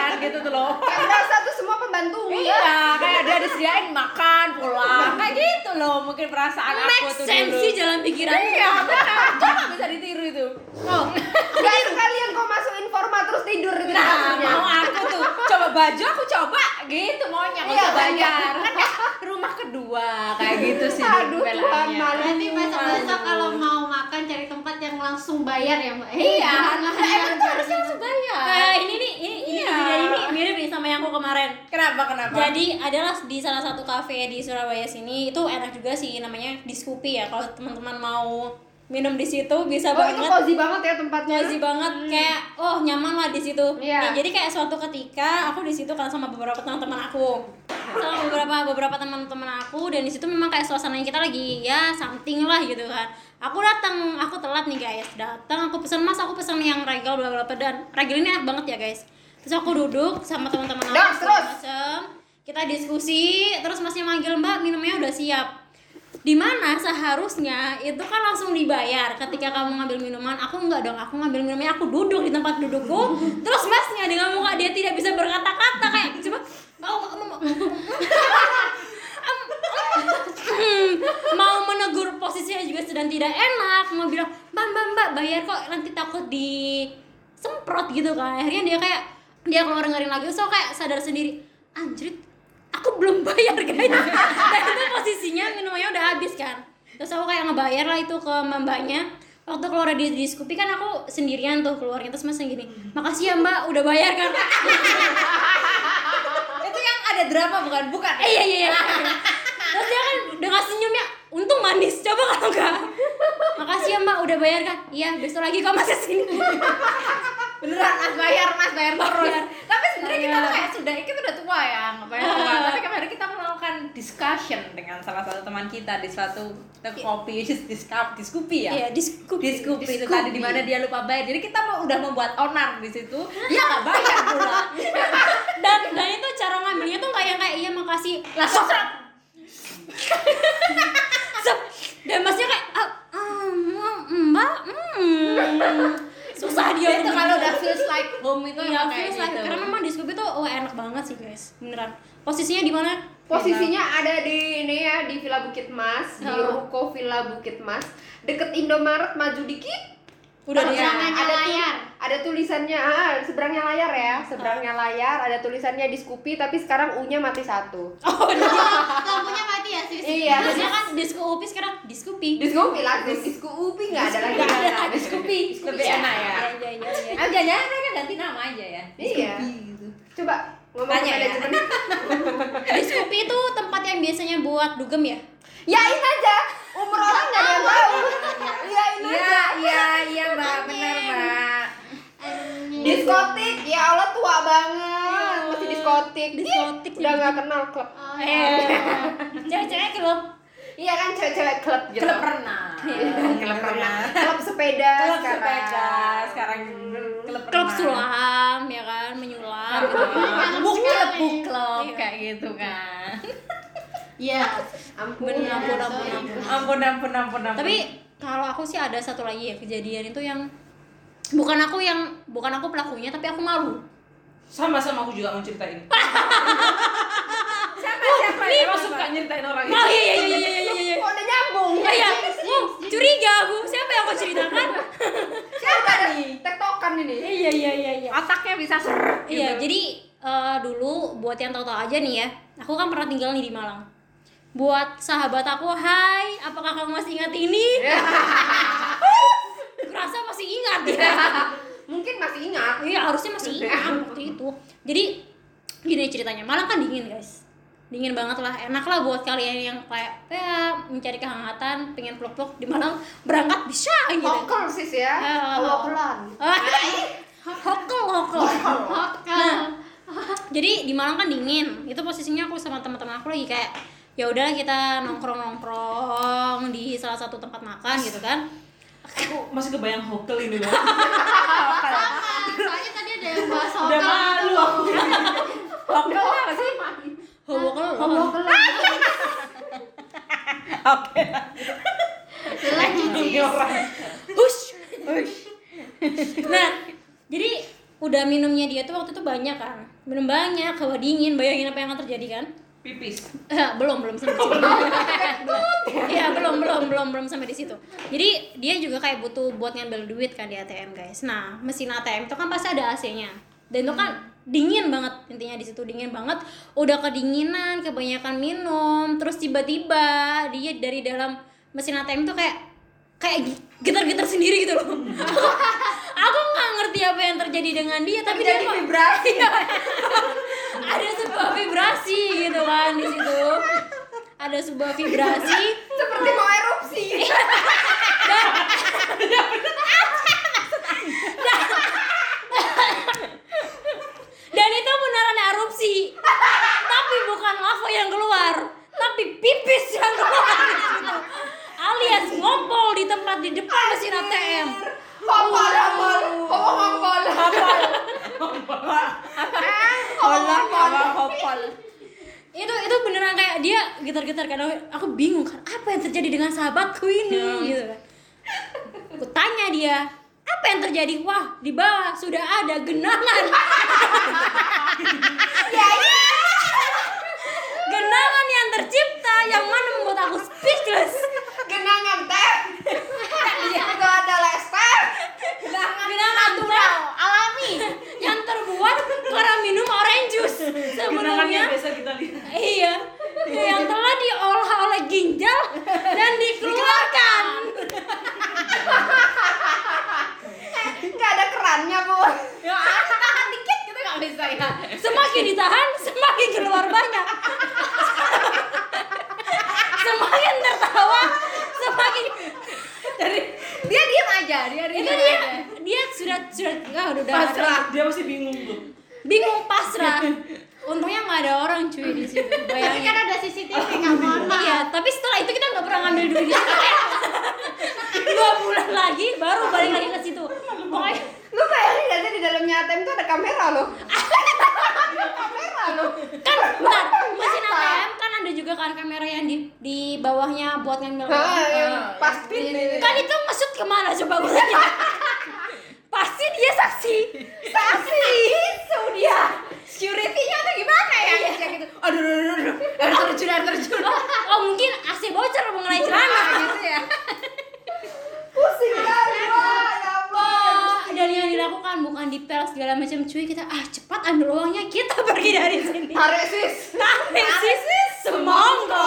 Speaker 5: makan gitu tuh loh
Speaker 3: Yang merasa tuh semua pembantu.
Speaker 5: iya kayak dia disediain makan pulang kayak gitu loh mungkin perasaan aku
Speaker 2: Make
Speaker 5: tuh
Speaker 2: sense
Speaker 5: dulu
Speaker 2: sih jalan pikirannya.
Speaker 5: iya benar coba bisa ditiru itu
Speaker 2: Oh,
Speaker 3: Gak sekalian kok masuk informa terus tidur gitu. itu
Speaker 5: nah
Speaker 3: maksudnya.
Speaker 5: mau aku tuh coba baju aku coba gitu maunya aku
Speaker 3: Iya,
Speaker 5: coba bayar kan ya, rumah kedua kayak gitu sih ya.
Speaker 3: Aduh, Tuhan,
Speaker 5: pembelaannya.
Speaker 3: malu.
Speaker 6: Berarti besok-besok
Speaker 5: Malu.
Speaker 6: kalau mau makan cari tempat yang langsung bayar ya mbak? <laughs>
Speaker 5: iya
Speaker 6: Jangan-
Speaker 5: emang tuh harusnya langsung bayar
Speaker 2: Nah, ini nih, ini ini
Speaker 5: Iya.
Speaker 2: video ini mirip nih sama yang aku kemarin.
Speaker 5: Kenapa kenapa?
Speaker 2: Jadi adalah di salah satu kafe di Surabaya sini itu enak juga sih namanya di Scoopy ya. Kalau teman-teman mau minum di situ bisa
Speaker 3: Oh itu
Speaker 2: banget.
Speaker 3: cozy banget ya tempatnya.
Speaker 2: Cozy iya. banget kayak oh nyaman lah di situ.
Speaker 3: Iya.
Speaker 2: Nah, jadi kayak suatu ketika aku di situ kan sama beberapa teman-teman aku. Sama beberapa beberapa teman-teman aku dan di situ memang kayak suasananya kita lagi ya something lah gitu kan. Aku datang, aku telat nih guys. Datang aku pesan Mas, aku pesan yang regal bla bla bla dan regal ini enak banget ya guys. Terus aku duduk sama teman-teman aku.
Speaker 3: Dah,
Speaker 2: segala
Speaker 3: terus.
Speaker 2: macem. Kita diskusi, terus Masnya manggil Mbak, minumnya udah siap dimana seharusnya itu kan langsung dibayar ketika kamu ngambil minuman aku nggak dong aku ngambil minumannya aku duduk di tempat dudukku terus masnya dengan muka dia tidak bisa berkata-kata kayak coba mau mau mau- mau- Hmm, mau menegur posisinya juga sedang tidak enak mau bilang mbak mbak mbak bayar kok nanti takut disemprot gitu kan akhirnya dia kayak dia keluar ngerin lagi so kayak sadar sendiri anjrit aku belum bayar guys <laughs> dan itu posisinya minumannya udah habis kan terus aku kayak ngebayar lah itu ke mbaknya waktu keluar di, di Scoopy kan aku sendirian tuh keluarnya terus masnya gini makasih ya mbak udah bayar kan
Speaker 5: itu yang ada drama bukan bukan. ya?
Speaker 2: Eh, iya iya iya terus dia kan dengan senyumnya untung manis coba kalau enggak makasih ya mbak udah bayar kan iya besok lagi kok masih sini
Speaker 5: beneran mas bayar mas bayar terus tapi sebenarnya kita tuh kayak sudah kita udah tua ya ngapain <laughs> tua tapi kemarin kita melakukan discussion dengan salah satu teman kita di suatu kita kopi <laughs> just discup diskupi ya
Speaker 2: Iya, diskupi.
Speaker 5: diskupi itu tadi di mana dia lupa bayar jadi kita mau- udah membuat onar di <laughs> situ dia nggak bayar pula
Speaker 2: Dan dan itu cara ngambilnya tuh nggak yang kayak iya makasih
Speaker 5: langsung
Speaker 2: Zep. Dan masnya kayak ah, mm, mm, mbak mm. susah dia
Speaker 5: itu
Speaker 2: untuk
Speaker 5: kalau
Speaker 2: bilang.
Speaker 5: udah feels like home itu
Speaker 2: Iya,
Speaker 5: emang kayak
Speaker 2: feels like-
Speaker 5: gitu
Speaker 2: karena memang di Scoopy tuh oh, enak banget sih guys beneran posisinya di mana
Speaker 3: Posisinya ada di ini ya di Villa Bukit Mas, di
Speaker 2: Oh.
Speaker 3: ruko Villa Bukit Mas, deket Indomaret maju dikit.
Speaker 2: udah
Speaker 3: ada
Speaker 2: di sana
Speaker 6: Seberangannya
Speaker 3: ada tu-
Speaker 6: layar.
Speaker 3: ada tulisannya ah, seberangnya layar ya, seberangnya layar ada tulisannya di Scoopy tapi sekarang U-nya mati satu.
Speaker 2: oh iya.
Speaker 6: lampunya mati ya sih
Speaker 3: Iya.
Speaker 2: biasanya kan di Scoopy sekarang di Scoopy
Speaker 3: Di Scoopy lah, di di Scoopy nggak ada lagi.
Speaker 2: Nggak ada, di
Speaker 3: Scoopy.
Speaker 5: lebih enak ya
Speaker 2: iya iya iya
Speaker 5: Ah, jangan-jangan mereka ganti nama aja ya
Speaker 3: Iya. Coba ngomong
Speaker 5: Tanya
Speaker 3: ke
Speaker 5: ya.
Speaker 3: manajemen.
Speaker 2: di Scoopy itu tempat yang biasanya buat dugem ya
Speaker 3: Yain aja, umur orang nggak ada yang tahu. Yain aja.
Speaker 5: iya iya mbak benar mbak
Speaker 3: Diskotik, ya Allah tua banget, masih diskotik.
Speaker 2: Diskotik.
Speaker 3: udah nggak kenal klub.
Speaker 6: Oh, ya,
Speaker 2: Eh. cewek-cewek gitu klub
Speaker 3: Iya kan cewek-cewek klub gitu.
Speaker 5: klub renang klub renang
Speaker 3: Klub sepeda
Speaker 5: klub
Speaker 3: sekarang.
Speaker 5: sepeda sekarang klub
Speaker 2: klub
Speaker 5: renang.
Speaker 2: sulam ya kan menyulam gitu.
Speaker 5: Ah,
Speaker 6: Bukan
Speaker 5: buku klub
Speaker 6: sekali.
Speaker 5: buku klub kayak gitu kan
Speaker 6: Iya.
Speaker 3: Ampun.
Speaker 2: Bener, ampun, ampun,
Speaker 6: Iya, sorry.
Speaker 2: ampun.
Speaker 5: ampun ampun ampun ampun
Speaker 2: tapi kalau aku sih ada satu lagi ya kejadian itu yang bukan aku yang bukan aku pelakunya tapi aku malu
Speaker 4: sama sama aku juga mau ceritain
Speaker 2: Ah,
Speaker 4: siapa siapa emang suka nyeritain orang
Speaker 2: oh iya iya iya iya iya iya
Speaker 3: Kok udah nyambung?
Speaker 2: iya iya oh, curiga aku siapa yang aku ceritakan
Speaker 3: Siapa nih? Tektokan ini.
Speaker 2: iya iya iya iya
Speaker 5: otaknya bisa ser
Speaker 2: iya jadi eh, dulu buat yang tahu-tahu aja nih ya aku kan pernah tinggal nih di Malang buat sahabat aku hai apakah kamu masih ingat ini
Speaker 3: Ya.
Speaker 2: Kurasa masih ingat <laughs> ya
Speaker 3: Mungkin masih ingat.
Speaker 2: Iya harusnya masih ingat waktu itu. Jadi gini ceritanya, malah kan dingin guys, dingin banget lah, enak lah buat kalian yang kayak ya, mencari kehangatan, pengen peluk-peluk di Malang, berangkat bisa gitu.
Speaker 3: Hokel sis ya.
Speaker 2: Eh,
Speaker 3: Hokelan.
Speaker 2: Ah, Hokel, hokel.
Speaker 6: Hotel.
Speaker 2: Jadi di Malang kan dingin, itu posisinya aku sama teman-teman aku lagi kayak ya udah kita nongkrong-nongkrong di salah satu tempat makan gitu kan.
Speaker 4: aku masih kebayang hotel ini
Speaker 2: <laughs>
Speaker 4: loh
Speaker 6: Ah, Soalnya tadi ada yang bahas hotel.
Speaker 4: udah malu aku
Speaker 5: hokel apa sih
Speaker 2: Hokel,
Speaker 6: Hotel.
Speaker 5: oke
Speaker 6: Lanjut sih.
Speaker 2: Hush. nah, jadi udah minumnya dia tuh waktu itu banyak kan. Minum banyak, kalau dingin, bayangin apa yang akan terjadi kan?
Speaker 4: pipis
Speaker 2: Eh, <laughs> belum, belum sampai situ. <laughs> Iya, belum, belum, belum, belum sampai di situ. Jadi dia juga kayak butuh buat ngambil duit kan di ATM, guys. Nah, mesin ATM itu kan pasti ada AC-nya. Dan itu kan dingin banget intinya di situ dingin banget udah kedinginan kebanyakan minum terus tiba-tiba dia dari dalam mesin ATM itu kayak kayak gi- getar-getar sendiri gitu <laughs> loh aku nggak ngerti apa yang terjadi dengan dia tapi dia Iya, kok- <laughs> ada sebuah vibrasi gitu kan di situ ada sebuah vibrasi
Speaker 3: Seperti mau erupsi.
Speaker 2: dan itu beneran erupsi tapi bukan lava yang keluar tapi pipis yang keluar di situ alias ngompol di tempat di depan mesin ATM
Speaker 3: Hokel, hokel. Hokel, hokel.
Speaker 5: kolak apa hopol
Speaker 2: itu itu beneran kayak dia getar-getar karena aku bingung kan apa yang terjadi dengan sahabatku ini gitu kan aku tanya dia apa yang terjadi wah di bawah sudah ada <laughs> genangan Ya, iya. genangan yang tercipta yang mana membuat aku speechless
Speaker 3: Genangan teh. Itu ada les teh.
Speaker 2: genangan natural alami yang terbuat karena minum orange juice
Speaker 4: kenangannya
Speaker 2: sebenarnya
Speaker 4: biasa kita lihat
Speaker 2: iya yang telah diolah oleh ginjal dan dikeluarkan
Speaker 3: Nggak ada kerannya bu.
Speaker 5: ya tahan dikit kita nggak bisa ya
Speaker 2: semakin ditahan semakin keluar banyak semakin tertawa semakin
Speaker 5: dari dia diam aja dia diam
Speaker 2: itu dia
Speaker 5: aja
Speaker 2: dia sudah sudah nggak udah udah
Speaker 4: pasrah dia masih bingung tuh
Speaker 2: bingung pasrah untungnya nggak ada orang cuy di situ
Speaker 6: Tapi
Speaker 2: bayangin
Speaker 6: kan ada CCTV nggak mohon maaf.
Speaker 2: Iya, tapi setelah itu kita nggak pernah ngambil duit gitu. Dua bulan lagi baru balik lagi ke situ. Pokoknya
Speaker 3: Lu bayangin gak sih di dalamnya ATM tuh ada kamera loh. Ada kamera loh.
Speaker 2: kan bentar, mesin ATM kan ada juga kan kamera yang di di bawahnya buat ngambil.
Speaker 3: Hah,
Speaker 6: iya.
Speaker 2: uang.
Speaker 3: yang pas pin ini.
Speaker 2: Kan itu maksud kemana coba gue <laughs> tanya. Pasti dia saksi.
Speaker 3: Saksi itu dia. Security-nya tuh gimana ya? Kayak gitu. Aduh, aduh, aduh, aduh. Aduh, terjun, aduh, terjun.
Speaker 2: Oh, oh mungkin AC bocor mengenai celana gitu ya.
Speaker 3: Pusing kali, Wak. Ya ampun.
Speaker 2: Wah, dan Oh, yang dilakukan bukan dipel segala macam cuy kita ah cepat ambil uangnya kita pergi dari <laughs> sini.
Speaker 3: Tarik sis.
Speaker 2: Nangis sih semongko.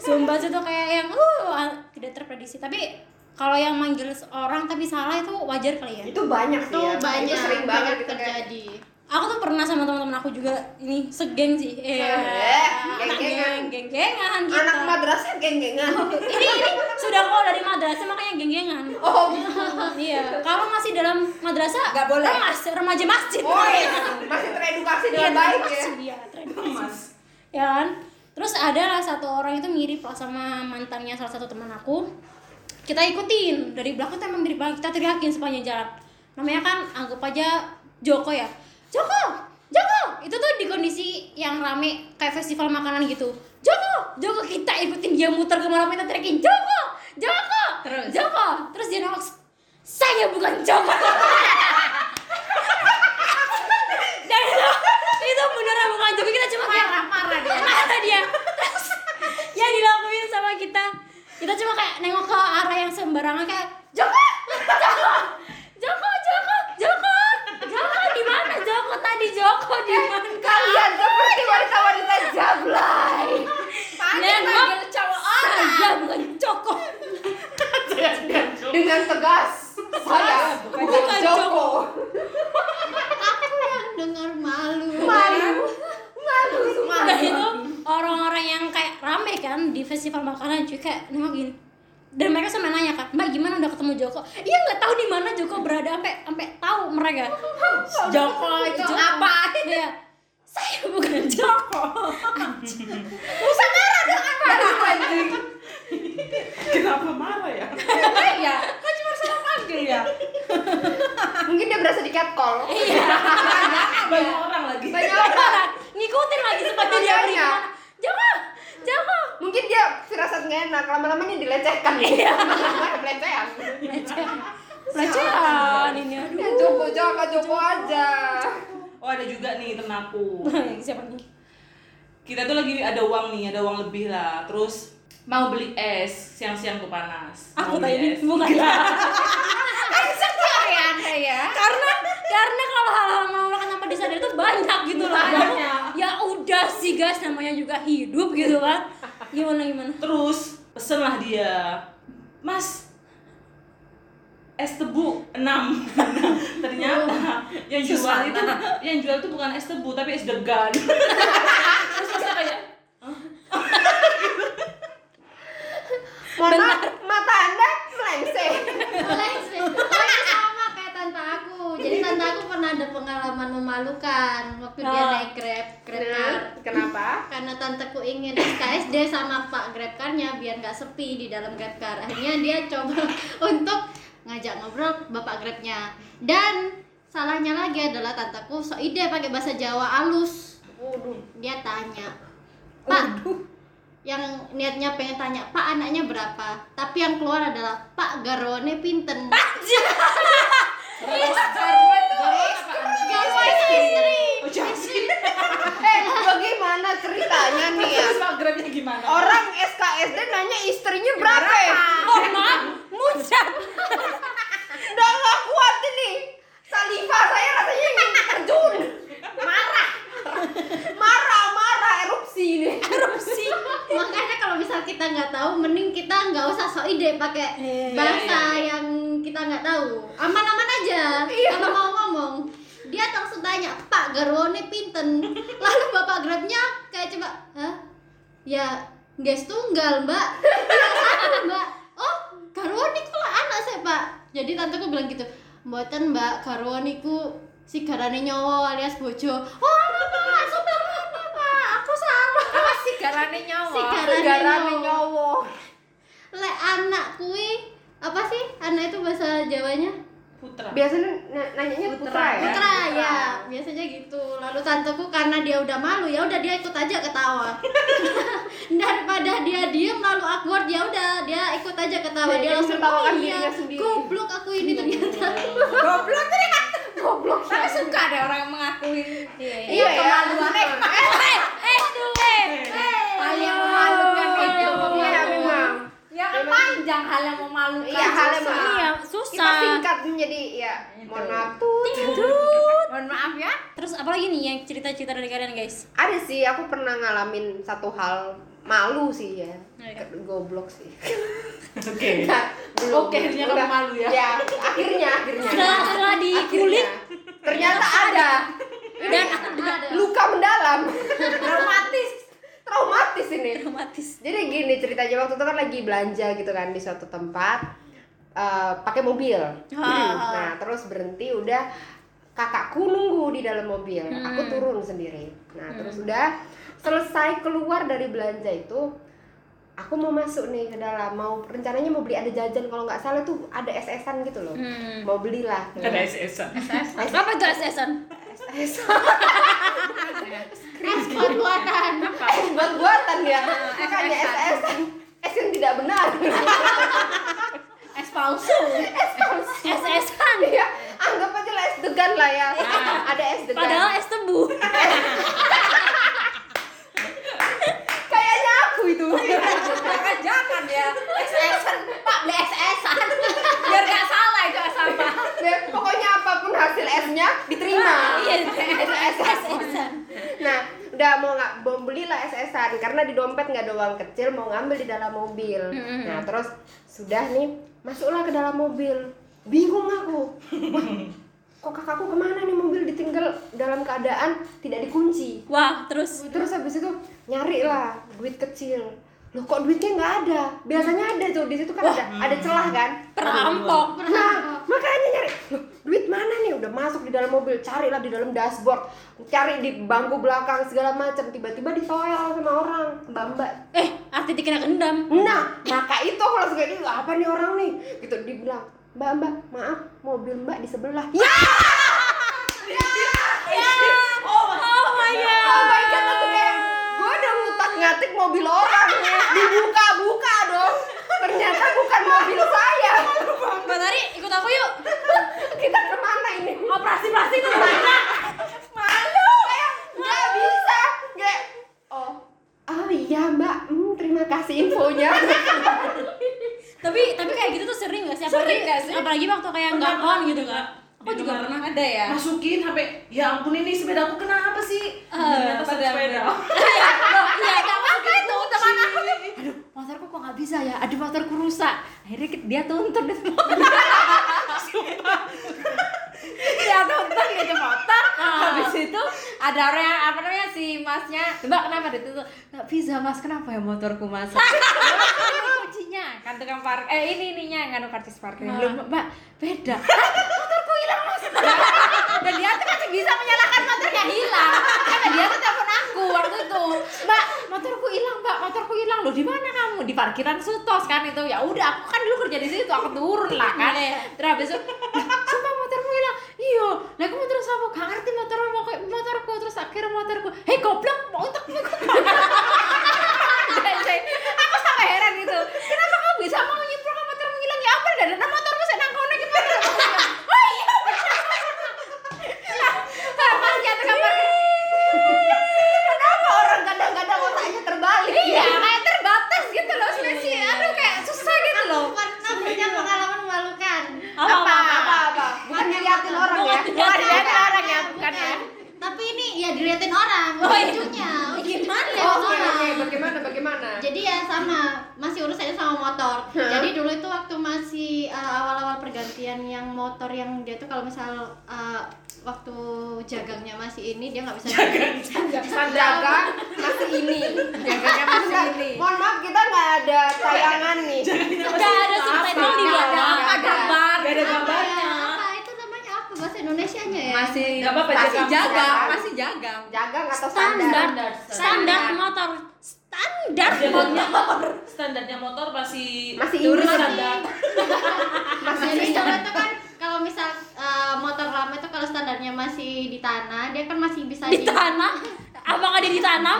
Speaker 2: Sumpah itu tuh kayak yang uh ah, tidak terprediksi. Tapi kalau yang manggil orang tapi salah itu wajar kali ya.
Speaker 3: Itu banyak sih
Speaker 6: Itu
Speaker 3: ya.
Speaker 6: banyak
Speaker 3: Itu sering banget
Speaker 6: banyak
Speaker 3: gitu kayak.
Speaker 6: terjadi.
Speaker 2: Aku tuh pernah sama teman-teman aku juga ini segeng sih. Eh,
Speaker 3: Eh,
Speaker 2: anak
Speaker 3: geng-gengan.
Speaker 2: geng, geng-gengan kita.
Speaker 3: Anak madrasah geng-gengan.
Speaker 2: ini ini sudah kau dari madrasah makanya geng-gengan.
Speaker 3: Oh,
Speaker 2: iya, kalau masih dalam madrasah
Speaker 3: Nggak boleh.
Speaker 2: remas, remaja masjid.
Speaker 3: oh iya. masih teredukasi dengan baik ya.
Speaker 2: Iya, terima kasih.
Speaker 4: mas
Speaker 2: ya kan terus ada lah satu orang itu mirip lah sama mantannya salah satu teman aku kita ikutin dari belakang tuh emang mirip banget kita teriakin sepanjang jalan namanya kan anggap aja Joko ya Joko Joko itu tuh di kondisi yang rame kayak festival makanan gitu Joko Joko kita ikutin dia muter kemana mana kita teriakin Joko Joko
Speaker 5: Terus?
Speaker 2: Joko terus dia nolak saya bukan Joko <laughs> dan itu itu beneran bukan Joko kita cuma kayak
Speaker 6: Parah parah dia.
Speaker 2: ada dia terus yang dilakuin sama kita kita cuma kayak nengok ke arah yang sembarangan kayak Joko Joko Joko Joko Joko Joko di mana Joko tadi Joko di mana
Speaker 3: Kalian seperti wanita-wanita jablay.
Speaker 2: dan manggil cowok orang saya bukan Joko
Speaker 3: Dengan tegas. Saya bukan, Joko.
Speaker 2: Bukan Joko.
Speaker 6: Aku yang dengar <laughs> malu.
Speaker 3: Iya, Malu. Malu semua.
Speaker 2: dan Nah, itu orang-orang yang kayak rame kan di festival makanan cuy kayak nengok gini dan mereka sama nanya kan mbak gimana udah ketemu Joko iya nggak tahu di mana Joko berada sampai sampai tahu mereka Joko itu apa iya saya bukan Joko
Speaker 3: Usah marah dong kan marah anjing.
Speaker 4: kenapa marah
Speaker 2: <laughs>
Speaker 4: ya
Speaker 3: Iya. Kan cuma salah panggil ya. Iya. Mungkin dia berasa di catcall.
Speaker 4: banyak orang lagi
Speaker 3: Banyak orang.
Speaker 2: ngikutin lagi sepanjang dia pergi
Speaker 3: Makanya.
Speaker 2: kemana. Joko Joko
Speaker 3: Mungkin dia firasat nggak enak, lama-lama dia dilecehkan. <laughs> Iya. Pelecehan.
Speaker 2: pelecehan pelecehan ini
Speaker 3: Ya,
Speaker 2: aduh
Speaker 3: Joko, Joko, Joko aja.
Speaker 4: oh ada juga nih tenaku
Speaker 2: siapa nih
Speaker 4: kita tuh lagi ada uang nih ada uang lebih lah terus mau beli es siang-siang tuh panas
Speaker 2: aku Ah,
Speaker 4: Mau
Speaker 2: tadi ya? ini
Speaker 4: beli es.
Speaker 2: bukan
Speaker 6: Insecure ya Anda ya.
Speaker 2: karena karena kalau hal-hal menolakkan tanpa disadari itu banyak gitu loh Aku, ya udah sih guys namanya juga hidup gitu kan gimana gimana
Speaker 4: <laughs> terus pesenlah dia mas es tebu 6 <laughs>
Speaker 2: Oh,
Speaker 4: ternyata yang jual itu yang jual itu bukan es tebu tapi es degan terus kita kayak
Speaker 3: Mohon maaf, mata anda melengseh.
Speaker 6: Tapi sama kayak tante aku. Jadi tante aku pernah ada pengalaman memalukan waktu
Speaker 3: Ah.
Speaker 6: dia
Speaker 2: Oh.
Speaker 6: naik Grab, Grab
Speaker 3: Nah,
Speaker 6: car.
Speaker 3: kenapa?
Speaker 6: Karena tanteku ingin SKSD sama Pak Grab car-nya biar nggak sepi di dalam Grab car. Akhirnya dia coba <laughs> untuk ngajak ngobrol Bapak Grab-nya. Dan salahnya lagi adalah tanteku so ide pakai bahasa Jawa alus. Dia tanya, "Pak, yang niatnya pengen tanya pak anaknya berapa tapi yang keluar adalah pak garwane pinten
Speaker 4: <laughs>
Speaker 6: garwane itu istri
Speaker 4: oh jadi
Speaker 3: Eh, bagaimana ceritanya nih ya?
Speaker 4: terus pak grabnya gimana
Speaker 3: Orang SKSD nanya istrinya berapa ya?
Speaker 2: oh maaf muncrat
Speaker 3: Udah gak kuat ini Saliva saya rasanya ingin terjun Marah Marah, marah, erupsi ini
Speaker 2: erupsi
Speaker 6: makanya kalau misal kita nggak tahu mending kita nggak usah so ide pakai
Speaker 2: Iya,
Speaker 6: bahasa yang kita nggak tahu aman-aman aja kalau mau ngomong dia langsung tanya pak garwane pinten lalu bapak grabnya kayak coba hah ya guys tunggal mbak Iya, satu, mbak oh karuan niku lah anak saya pak jadi tanteku bilang gitu mboten mbak karuan niku sigarane nyawa alias bojo oh anak pak sumpah anak pak aku salah
Speaker 5: apa sih garane nyawa
Speaker 6: Sigarane
Speaker 5: Sigarane
Speaker 6: nyawa. lek anak kui apa sih anak itu bahasa Jawanya
Speaker 4: putra
Speaker 3: Biasanya na- nanyanya putra, ya.
Speaker 6: putra ya biasanya gitu lalu tanteku karena dia udah malu ya udah dia ikut aja ketawa <laughs> daripada dia diem lalu awkward ya udah dia ikut aja ketawa
Speaker 3: Jadi
Speaker 6: dia
Speaker 3: dia
Speaker 6: langsung
Speaker 3: menertawakan
Speaker 6: oh iya
Speaker 3: dirinya sendiri."
Speaker 6: goblok aku ini ternyata <laughs>
Speaker 3: Goblok tuh dia kan. Goblok.
Speaker 5: tapi suka ada orang yang mengakui
Speaker 6: iya kemaluan
Speaker 3: Eh,
Speaker 2: eh.
Speaker 5: hal yang memalukan gitu. itu
Speaker 2: Oh.
Speaker 3: Iya memang.
Speaker 5: ya kan panjang hal yang memalukan
Speaker 3: Iya, hal yang
Speaker 5: susah.
Speaker 3: memalukan.
Speaker 2: iya
Speaker 3: Kita
Speaker 2: susah Iya,
Speaker 3: singkat jadi ya. Mohon maaf
Speaker 5: mohon maaf ya
Speaker 2: terus apalagi nih yang cerita-cerita dari kalian guys
Speaker 3: Ada sih, aku pernah ngalamin satu hal malu sih ya.
Speaker 2: Iya.
Speaker 3: Goblok sih.
Speaker 4: oke
Speaker 3: Nah, belum.
Speaker 4: Oke, akhirnya kamu
Speaker 3: Udah.
Speaker 4: malu ya?
Speaker 3: Ya, akhirnya akhirnya.
Speaker 2: setelah setelah dikulik
Speaker 3: Akhirnya. Ternyata ada
Speaker 2: dan
Speaker 5: <laughs>
Speaker 3: luka mendalam. Traumatis. Traumatis ini.
Speaker 2: dramatis
Speaker 3: Jadi gini ceritanya waktu itu kan lagi belanja gitu kan di suatu tempat eh, pakai mobil. Nah, terus berhenti udah kakakku nunggu di dalam mobil. Aku turun sendiri. Nah, terus udah selesai keluar dari belanja itu aku mau masuk nih ke dalam mau rencananya mau beli ada jajan kalau nggak salah tuh ada SS-an gitu loh.
Speaker 2: hmm.
Speaker 3: Mau belilah.
Speaker 4: ada SS-an
Speaker 2: apa itu SS-an?
Speaker 3: SS
Speaker 6: ekspor buatan
Speaker 3: buat buatan ya.
Speaker 2: Ah,
Speaker 3: Makanya SS-an S yang tidak benar.
Speaker 5: es
Speaker 3: <laughs>
Speaker 5: palsu
Speaker 2: SS-an
Speaker 3: Iya, anggap aja lah es degan lah ya. Ada es degan.
Speaker 2: Ah. padahal es tebu
Speaker 3: kayaknya aku itu. <laughs>
Speaker 5: jangan jangan ya SS-an pak beli SS-an biar gak salah itu asal
Speaker 3: Dan pokoknya apapun hasil esnya diterima.
Speaker 2: Iya,
Speaker 3: Itu SS-an. Nah, udah mau nggak mau belilah SS-an karena di dompet nggak ada uang kecil mau ngambil di dalam mobil.
Speaker 2: Mm-mm.
Speaker 3: Nah, terus sudah nih masuklah ke dalam mobil. Bingung aku. Wah, kok kakakku kemana nih mobil ditinggal dalam keadaan tidak dikunci.
Speaker 2: wah terus
Speaker 3: terus habis itu nyari lah duit kecil loh kok duitnya nggak ada biasanya ada tuh di situ kan ada ada celah kan
Speaker 2: perampok
Speaker 3: nah makanya nyari loh duit mana nih udah masuk di dalam mobil carilah di dalam dashboard cari di bangku belakang segala macam tiba-tiba ditoel sama orang mbak mbak
Speaker 2: eh arti dikena kendam
Speaker 3: nah maka itu aku langsung kayak "Ih, apa nih orang nih gitu dibilang mbak mbak maaf mobil mbak di sebelah ya
Speaker 2: oh my
Speaker 3: oh my god aku kayak gue udah ngutak ngatik mobil orang dibuka buka dong ternyata bukan mobil saya
Speaker 2: Mbak Tari ikut aku yuk
Speaker 3: kita kemana ini
Speaker 5: operasi plastik itu
Speaker 3: malu kayak nggak bisa nggak oh oh iya mbak Hmm, terima kasih infonya
Speaker 2: tapi tapi kayak gitu tuh sering gak sih apalagi
Speaker 5: Sering nggak sih?
Speaker 2: apalagi waktu kayak nggak
Speaker 4: Pernah,
Speaker 2: on
Speaker 4: pernah
Speaker 2: gitu
Speaker 4: juga.
Speaker 2: kan aku
Speaker 4: Di
Speaker 2: juga
Speaker 4: kamar.
Speaker 2: pernah
Speaker 5: ada ya
Speaker 4: masukin HP ya ampun ini sepeda aku kenapa sih ternyata satu
Speaker 5: padahal-
Speaker 4: Eh, sepeda
Speaker 5: iya gak apa itu teman aku tuh aduh motorku kok gak bisa ya aduh motorku rusak akhirnya ki- dia tuntun itu motor dia tuntun gitu motor habis itu ada orang yang apa namanya si masnya mbak kenapa dituntun nggak bisa mas kenapa ya motorku mas "Ini kuncinya kan tukang park eh ini ininya kan karcis parkir belum mbak beda "Hah, motorku hilang mas <laughs> dan dia tuh masih bisa menyalahkan motornya hilang karena dia tuh telepon aku waktu itu mbak motorku hilang mbak motorku hilang loh di mana kamu di parkiran sutos kan itu ya udah aku kan dulu kerja di situ aku turun lah kan terus habis itu "Lah, sumpah motorku hilang iya lah aku motor siapa gak ngerti motor motorku terus akhirnya motorku hei goblok mau untuk aku sampai heran gitu kenapa kamu bisa mau nyemprot ke motormu hilang ya apa ada nama motormu saya nangkone gitu oh iya Nah, Harusnya tuh kamar
Speaker 3: kenapa orang kadang-kadang otaknya terbalik
Speaker 5: Iya, kayak terbatas gitu loh spesies.
Speaker 4: Iya.
Speaker 5: Aduh kayak susah gitu loh.
Speaker 6: pernah punya kan pengalaman memalukan
Speaker 2: apa apa, apa, apa.
Speaker 3: apa bukan ngeliatin orang ya
Speaker 5: Bukan dilihatin orang ya, bukan
Speaker 6: bukan
Speaker 5: ya.
Speaker 6: tapi ini ya diliatin orang ya,
Speaker 2: Oh, iya.
Speaker 6: ujungnya ujungnya
Speaker 2: Gimana?
Speaker 6: diliatin
Speaker 3: Oh, oke,
Speaker 6: orang
Speaker 3: oke. bagaimana bagaimana
Speaker 6: jadi ya sama masih urusannya sama motor jadi dulu itu waktu masih uh, awal-awal pergantian yang motor yang dia tuh kalau misal uh, waktu jagangnya masih ini dia nggak bisa
Speaker 3: jaga masih ini jaganya masih ini mohon maaf kita nggak ada tayangan nih
Speaker 2: Nggak ada subtitle
Speaker 4: Nah,
Speaker 6: ya, <laughs>
Speaker 5: masih
Speaker 4: Nggak apa-apa,
Speaker 5: masih
Speaker 4: jaga.
Speaker 5: jaga,
Speaker 3: Jaga.
Speaker 5: masih jaga.
Speaker 3: Jagang atau
Speaker 2: Standar.
Speaker 3: standar?
Speaker 2: standar motor standar
Speaker 4: Jalannya standarnya motor masih
Speaker 3: Masih
Speaker 4: turun
Speaker 3: Inggris.
Speaker 4: standar.
Speaker 6: Nah, jadi kalau itu kan kalau misal eh, motor lama itu kalau standarnya masih di tanah, dia kan masih bisa
Speaker 2: di tanah abang ada di tanah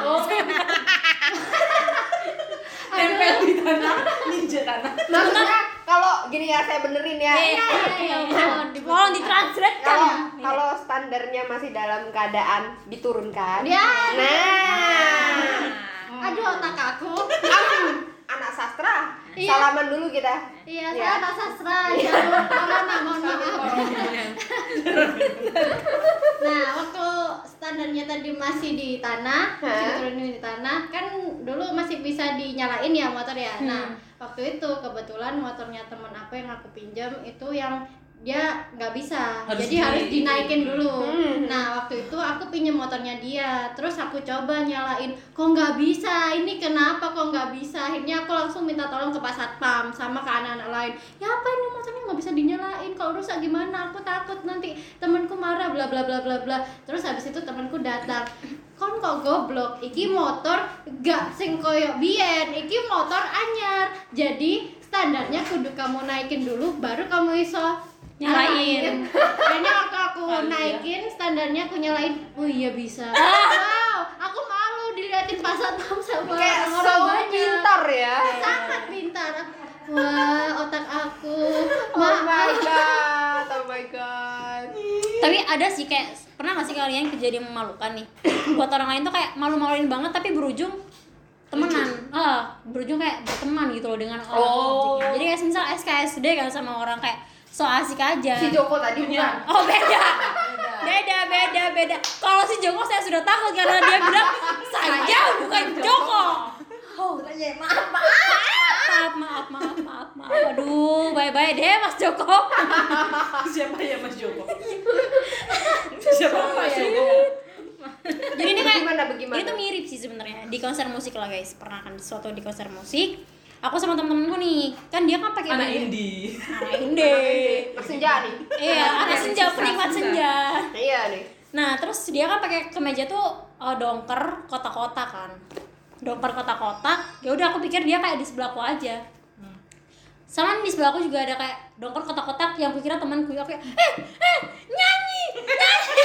Speaker 4: Tempel di tanah, ninja tanah.
Speaker 3: Maksudnya kalau gini ya saya benerin ya.
Speaker 6: Iya, iya, iya.
Speaker 2: tolong ditranslate
Speaker 3: Kalau
Speaker 2: kan
Speaker 3: kalau standarnya masih dalam keadaan diturunkan.
Speaker 6: Iya.
Speaker 3: Nah,
Speaker 6: Aduh otak aku.
Speaker 3: am, anak sastra.
Speaker 6: Iya.
Speaker 3: Salaman dulu kita.
Speaker 6: Iya,
Speaker 3: Iya.
Speaker 6: saya tak sastra. Ya, corona, mohon maaf. <laughs> Nah, waktu standarnya tadi masih di tanah, masih
Speaker 3: Hah?
Speaker 6: diturunin di tanah, kan dulu masih bisa dinyalain ya motor ya. Nah, waktu itu kebetulan motornya teman aku yang aku pinjam itu yang dia nggak bisa,
Speaker 4: Harus
Speaker 6: jadi harus
Speaker 4: dinaikin.
Speaker 6: dinaikin dulu.
Speaker 3: Hmm.
Speaker 6: Nah, waktu itu aku pinjam motornya dia, terus aku coba nyalain, kok nggak bisa, ini kenapa kok nggak bisa? Akhirnya aku langsung minta tolong ke Pak Satpam sama ke anak-anak lain. Ya apa ini motornya nggak bisa dinyalain, kalau rusak gimana? Aku takut nanti temanku marah, bla bla bla bla bla. Terus habis itu temanku datang, kon kok goblok, iki motor gak sing koyo biyen, iki motor anyar. Jadi standarnya kudu kamu naikin dulu, baru kamu iso
Speaker 2: nyalain
Speaker 6: Ah, iya. Kayaknya waktu aku
Speaker 4: Paling iya.
Speaker 6: naikin standarnya aku nyalain. Oh iya bisa. wow, aku malu diliatin pas satpam sama
Speaker 3: Kayak so
Speaker 6: orang banyak.
Speaker 3: pintar ya.
Speaker 6: Sangat pintar. Wah, otak aku.
Speaker 3: Oh my
Speaker 6: Maaf.
Speaker 3: god. Oh my god.
Speaker 2: tapi ada sih kayak pernah gak sih kalian kejadian memalukan nih buat orang lain tuh kayak malu-maluin banget tapi berujung temenan ah berujung kayak berteman gitu loh dengan orang
Speaker 4: Oh.
Speaker 2: jadi kayak misal SKSD kan sama orang kayak so asik aja
Speaker 3: Si Joko tadi bukan.
Speaker 4: Punya.
Speaker 2: Oh beda. Beda, beda, beda. Kalau si Joko saya sudah takut karena dia bilang saya bukan Joko. Oh, maaf, maaf, maaf, maaf, maaf, maaf. Aduh, bye-bye deh Mas Joko.
Speaker 4: Siapa ya Mas Joko? <laughs> Siapa Mas Joko?
Speaker 2: Jadi ini kayak
Speaker 3: Bagaimana bagaimana?
Speaker 2: Ini tuh mirip sih sebenarnya di konser musik lah guys. Pernah kan suatu di konser musik, aku sama temen-temenku nih, kan dia kan pakai
Speaker 4: Anak
Speaker 2: baju-
Speaker 4: indie.
Speaker 2: Anak indie.
Speaker 3: Bersenja nih.
Speaker 2: Iya, anak senja,
Speaker 4: Susah,
Speaker 2: penikmat
Speaker 4: susah.
Speaker 2: senja.
Speaker 3: Iya nih.
Speaker 2: Nah, terus dia kan pakai kemeja tuh eh, dongker kotak-kotak kan. Dongker kotak-kotak. Ya udah aku pikir dia kayak di sebelahku aja. Sama di sebelahku juga ada kayak dongker kotak-kotak yang kukira temanku. Aku kayak, eh, eh, nyanyi, nyanyi.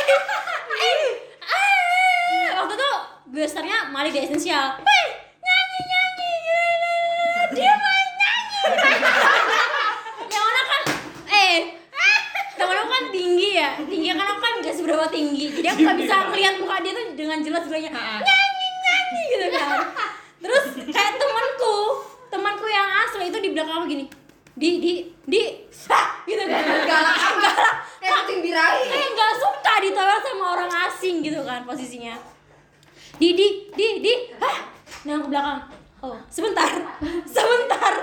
Speaker 2: eh, eh. Waktu itu gesternya Mali di esensial. Eh, nyanyi, nyanyi. Dia main nyanyi. yang mana kan, eh, temen aku kan tinggi ya tinggi kan aku kan nggak seberapa tinggi jadi aku nggak bisa ngeliat muka dia tuh dengan jelas gulanya nyanyi nyanyi gitu kan terus kayak temanku temanku yang asli itu di belakang aku gini di di di Hah! gitu kan galak galak
Speaker 3: Kayak kucing birahi.
Speaker 2: kayak nggak suka ditolak sama orang asing gitu kan posisinya di di di di hah nah ke belakang oh sebentar <laughs> sebentar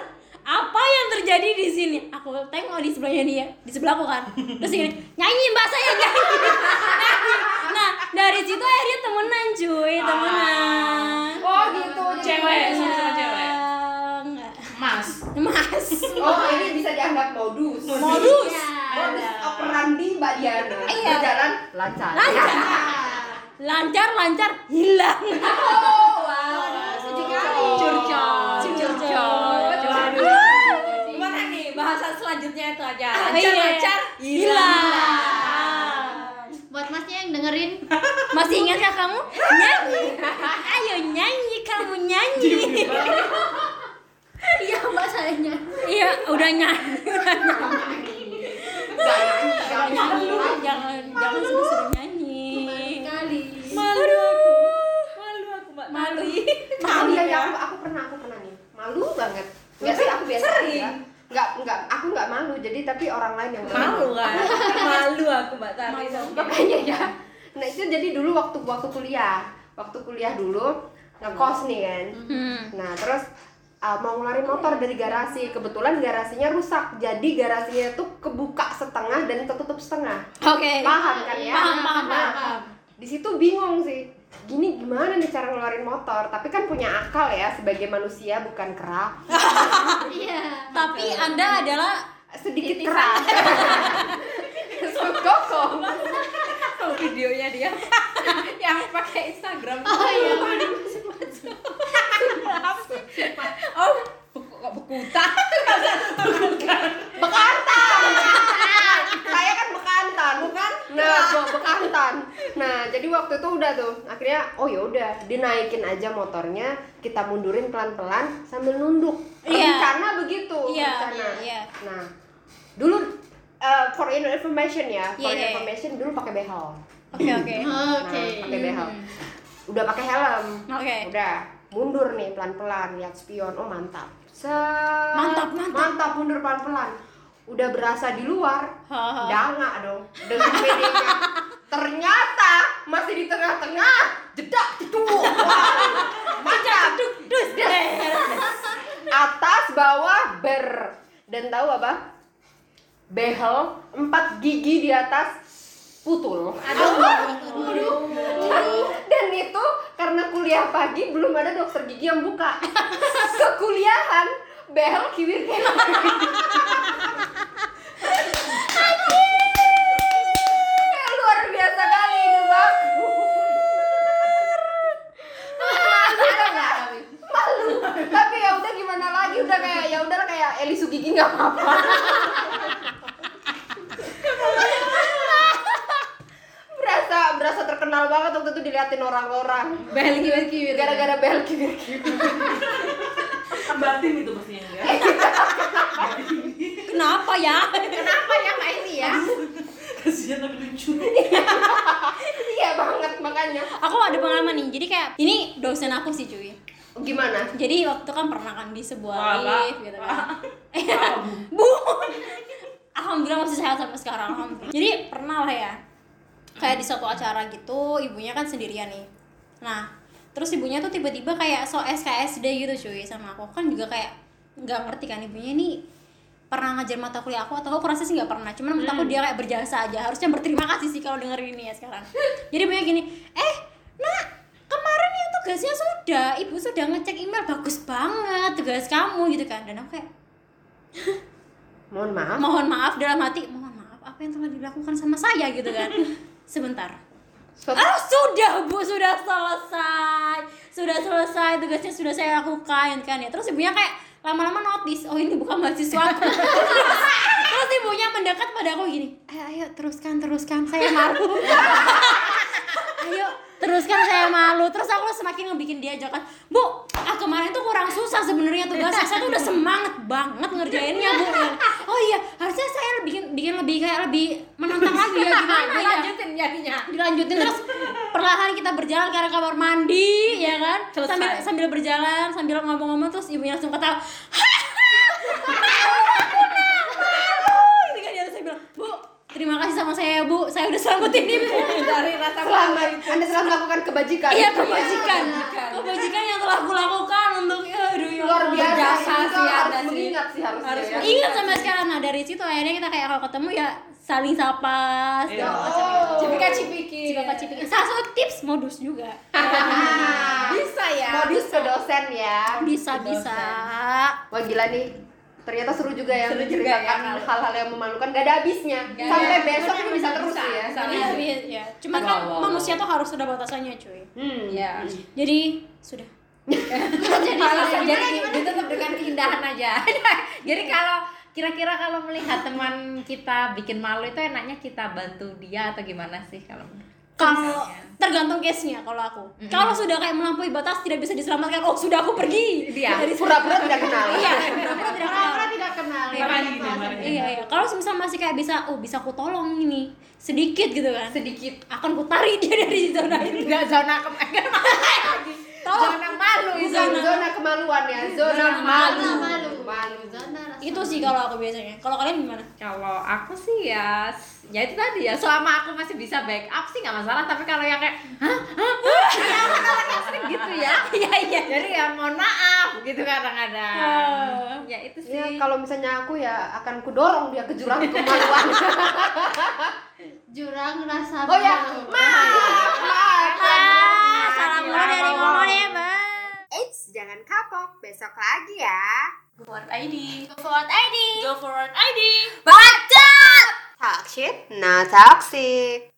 Speaker 2: apa yang terjadi di sini aku tengok di sebelahnya dia di sebelahku kan terus dia gini nyanyi mbak saya nyanyi <laughs> nah dari situ akhirnya temenan cuy temenan
Speaker 3: Oh gitu. jadi
Speaker 4: Cewek,
Speaker 3: modus.
Speaker 4: sama-sama cewek.
Speaker 2: Enggak.
Speaker 4: Ya. Mas.
Speaker 2: mas
Speaker 3: Oh ini bisa dianggap modus.
Speaker 2: modus
Speaker 3: Modus operandi Mbak Diana.
Speaker 2: Iya.
Speaker 3: Berjalan lancar. Iya.
Speaker 2: lancar lancar lancar hilang
Speaker 3: Oh wow.
Speaker 5: Oh. Curcol.
Speaker 4: Waduh.
Speaker 5: Gimana nih bahasan selanjutnya itu
Speaker 2: <laughs>
Speaker 5: aja.
Speaker 2: Iya.
Speaker 5: Lancar-lancar
Speaker 2: hilang Ah.
Speaker 6: Buat masnya yang dengerin,
Speaker 2: Masih ingat gak kamu? Nyanyi Ayo nyanyi kamu nyanyi
Speaker 6: iya mbak sayangnya.
Speaker 2: Iya udah nyanyi
Speaker 3: Gak nyanyi, gak nyanyi.
Speaker 2: Jangan Ah, jangan, jangan suruh nyanyi
Speaker 6: Kali.
Speaker 4: Malu aku. Malu aku, Mbak.
Speaker 2: Malu
Speaker 3: Malu ya, ya, aku, aku pernah, aku pernah nih. Malu banget. Enggak sih, aku biasa aja. Enggak, enggak, aku enggak malu. Jadi tapi orang lain yang
Speaker 5: Malu kan? Malu aku Mbak Tari.
Speaker 3: Makanya ya. Nah, itu jadi dulu waktu waktu kuliah. Waktu kuliah dulu ngekos nih kan.
Speaker 2: Hmm.
Speaker 3: Nah, terus uh, mau ngeluarin motor dari garasi. Kebetulan garasinya rusak. Jadi garasinya tuh kebuka setengah dan ketutup setengah.
Speaker 2: Oke
Speaker 3: Paham kan ya?
Speaker 2: Eh, Paham, paham,
Speaker 3: Nah, Di situ bingung sih. Gini gimana nih cara ngeluarin motor? Tapi kan punya akal ya sebagai manusia bukan kerak.
Speaker 6: Iya.
Speaker 2: Tapi anda adalah
Speaker 3: <laughs> Sedikit kerak. Sud kokong.
Speaker 5: tahu videonya dia <laughs> yang pakai Instagram
Speaker 6: Oh
Speaker 5: <laughs>
Speaker 6: iya.
Speaker 5: oh beku- kok bekuta <laughs>
Speaker 3: saya kan bekantan bukan nah
Speaker 2: Iya.
Speaker 3: gua bekantan nah jadi waktu itu udah tuh akhirnya oh ya udah dinaikin aja motornya kita mundurin pelan pelan sambil nunduk
Speaker 2: Iya.
Speaker 3: rencana begitu
Speaker 2: Iya,
Speaker 3: rencana
Speaker 2: iya, iya.
Speaker 3: nah dulu eh, for your information ya for
Speaker 2: Iya, iya, iya.
Speaker 3: information dulu pakai behel
Speaker 2: oke oke Hmm.
Speaker 6: Oke.
Speaker 3: nah pakai behel udah pakai helm
Speaker 2: oke
Speaker 3: udah mundur nih pelan pelan lihat spion oh mantap Set.
Speaker 2: Mantap, mantap.
Speaker 3: mantap mundur pelan pelan udah berasa di luar
Speaker 2: Haha.
Speaker 3: Danga dong dengan pedenya. Ternyata masih di tengah-tengah. Jedak jeduk. Mantap.
Speaker 2: dus
Speaker 3: Atas bawah ber. Dan tahu apa? Behel empat gigi di atas putul. Dan itu karena kuliah pagi belum ada dokter gigi yang buka. Kekuliahan behel kiwir kayak <laughs> luar biasa kali itu bang. Ada nggak? Malu. Tapi ya udah gimana lagi udah kayak ya udah kayak Eli Sugigi nggak apa-apa. berasa berasa terkenal banget waktu itu diliatin orang-orang.
Speaker 5: bel kiwir kiwir
Speaker 3: Gara-gara bel kibir
Speaker 4: batin itu pastinya ya
Speaker 2: kenapa ya
Speaker 3: Kenapa ya Kak ini ya?
Speaker 4: kasihan tapi lucu
Speaker 3: Iya banget makanya.
Speaker 2: aku ada pengalaman nih jadi kayak ini dosen aku sih cuy
Speaker 3: Gimana?
Speaker 2: jadi waktu kan pernah kan di
Speaker 4: Wah,
Speaker 2: sebuah
Speaker 4: Mbak.
Speaker 2: lift gitu <laughs> kan
Speaker 4: Wah,
Speaker 2: bu alhamdulillah masih sehat sampai sekarang alhamdulillah jadi pernah lah ya kayak di suatu acara gitu ibunya kan sendirian nih nah terus ibunya tuh tiba-tiba kayak so SKSD gitu cuy sama aku kan juga kayak nggak ngerti kan ibunya ini pernah ngajar mata kuliah aku atau aku rasa sih nggak pernah cuman menurut aku dia kayak berjasa aja harusnya berterima kasih sih kalau dengerin ini ya sekarang jadi banyak gini eh nak kemarin yang tugasnya sudah ibu sudah ngecek email bagus banget tugas kamu gitu kan dan aku kayak
Speaker 3: Mohon maaf.
Speaker 2: mohon maaf dalam hati mohon maaf apa yang telah dilakukan sama saya gitu kan sebentar
Speaker 3: Suatu-
Speaker 2: oh sudah bu sudah selesai sudah selesai tugasnya sudah saya lakukan kan ya terus ibunya kayak lama-lama notice oh ini bukan mahasiswa aku <laughs> terus, terus ibunya mendekat pada aku gini ayo, ayo teruskan teruskan saya malu ayo teruskan saya malu terus aku semakin ngebikin dia jokan bu ah kemarin tuh kurang susah sebenarnya tugasnya saya tuh udah semangat banget ngerjainnya bu oh iya harusnya saya bikin bikin lebih kayak lebih menantang lagi ya gimana ya
Speaker 5: Nah, lanjutin jadinya
Speaker 2: dilanjutin terus perlahan kita berjalan ke arah kamar mandi ya kan
Speaker 5: Selesai.
Speaker 2: sambil sambil berjalan sambil ngomong-ngomong terus ibunya langsung ketawa Gitu kan, dia langsung bilang, bu terima kasih sama saya bu saya udah selamatin ibu
Speaker 5: "Eh, dari rasa
Speaker 3: Selamat. Anda telah melakukan kebajikan.
Speaker 2: iya kebajikan kebajikan yang telah aku lakukan untuk aduh ya
Speaker 3: luar
Speaker 2: Allah.
Speaker 5: Berjasa
Speaker 3: biasa Itu
Speaker 5: sih
Speaker 3: harus
Speaker 5: Anda sih.
Speaker 3: mengingat sih harusnya
Speaker 5: Harus
Speaker 3: ya.
Speaker 2: ingat sampai sekarang nah dari situ akhirnya kita kayak kalau ketemu ya saling sapa
Speaker 4: Iya.
Speaker 2: segala macam
Speaker 3: Oh.
Speaker 5: cipika cipiki
Speaker 2: Cipika cipiki. Salah satu tips modus juga.
Speaker 3: Ah.
Speaker 5: bisa ya
Speaker 3: modus ke dosen ya
Speaker 2: Bisa
Speaker 5: Dosen.
Speaker 2: bisa.
Speaker 3: iya. wah gila nih ternyata seru juga ya
Speaker 5: Seru juga,
Speaker 3: menceritakan
Speaker 5: kan?
Speaker 3: hal-hal yang memalukan gak ada habisnya
Speaker 5: Gak ada.
Speaker 3: sampai besok
Speaker 5: Bener,
Speaker 3: ini bisa
Speaker 5: bener,
Speaker 3: terus
Speaker 5: bisa,
Speaker 3: ya
Speaker 5: bisa.
Speaker 2: Iya, iya, iya. Cuman kan
Speaker 5: Wow, wow, wow.
Speaker 2: manusia tuh harus ada batasannya, cuy.
Speaker 3: hmm.
Speaker 5: ya
Speaker 2: Jadi sudah.
Speaker 5: jadi malah jadi ditutup dengan keindahan aja <laughs> jadi kalau kira-kira kalau melihat teman kita bikin malu itu enaknya kita bantu dia atau gimana sih kalau
Speaker 2: Kalau tergantung case-nya kalau aku. Kalau sudah kayak melampaui batas tidak bisa diselamatkan, oh sudah aku pergi.
Speaker 5: Iya.
Speaker 2: Dari
Speaker 3: pura-pura tidak kenal
Speaker 2: Iya, pura-pura tidak kenal.
Speaker 6: Pura-pura tidak kenal.
Speaker 4: Iya,
Speaker 6: Banyak
Speaker 4: iya,
Speaker 6: banget.
Speaker 4: iya.
Speaker 2: Iya, iya. Kalau misal masih kayak bisa, oh bisa aku tolong ini sedikit gitu kan.
Speaker 5: sedikit
Speaker 2: Akan ku tarik dia dari zona itu.
Speaker 5: enggak zona kemakan
Speaker 2: Tolong.
Speaker 5: zona malu itu
Speaker 3: zona, zona kemaluan ya zona malu
Speaker 6: Zona malu.
Speaker 3: malu
Speaker 6: Zona rasa
Speaker 2: Itu sih kalau aku biasanya. Kalau kalian gimana?
Speaker 5: kalau aku sih ya s- ya itu tadi ya selama aku masih bisa backup sih nggak masalah tapi kalau yang kayak hah hah hah?" Kayak orang-orang yang sering gitu ya
Speaker 2: Iya, iya.
Speaker 5: jadi ya mohon maaf gitu kadang-kadang ya itu
Speaker 2: Iya,
Speaker 5: sih
Speaker 3: ya kalau misalnya aku ya akan kudorong dia ke jurang kemaluan
Speaker 6: jurang rasa
Speaker 3: oh ya
Speaker 6: malu.
Speaker 3: maaf maaf
Speaker 2: Ah, salam mulu dari ngomong ya, Bang.
Speaker 3: Eits, jangan kapok besok lagi ya
Speaker 2: Go forward ID.
Speaker 4: go for an ID
Speaker 3: Talk shit, not toxic.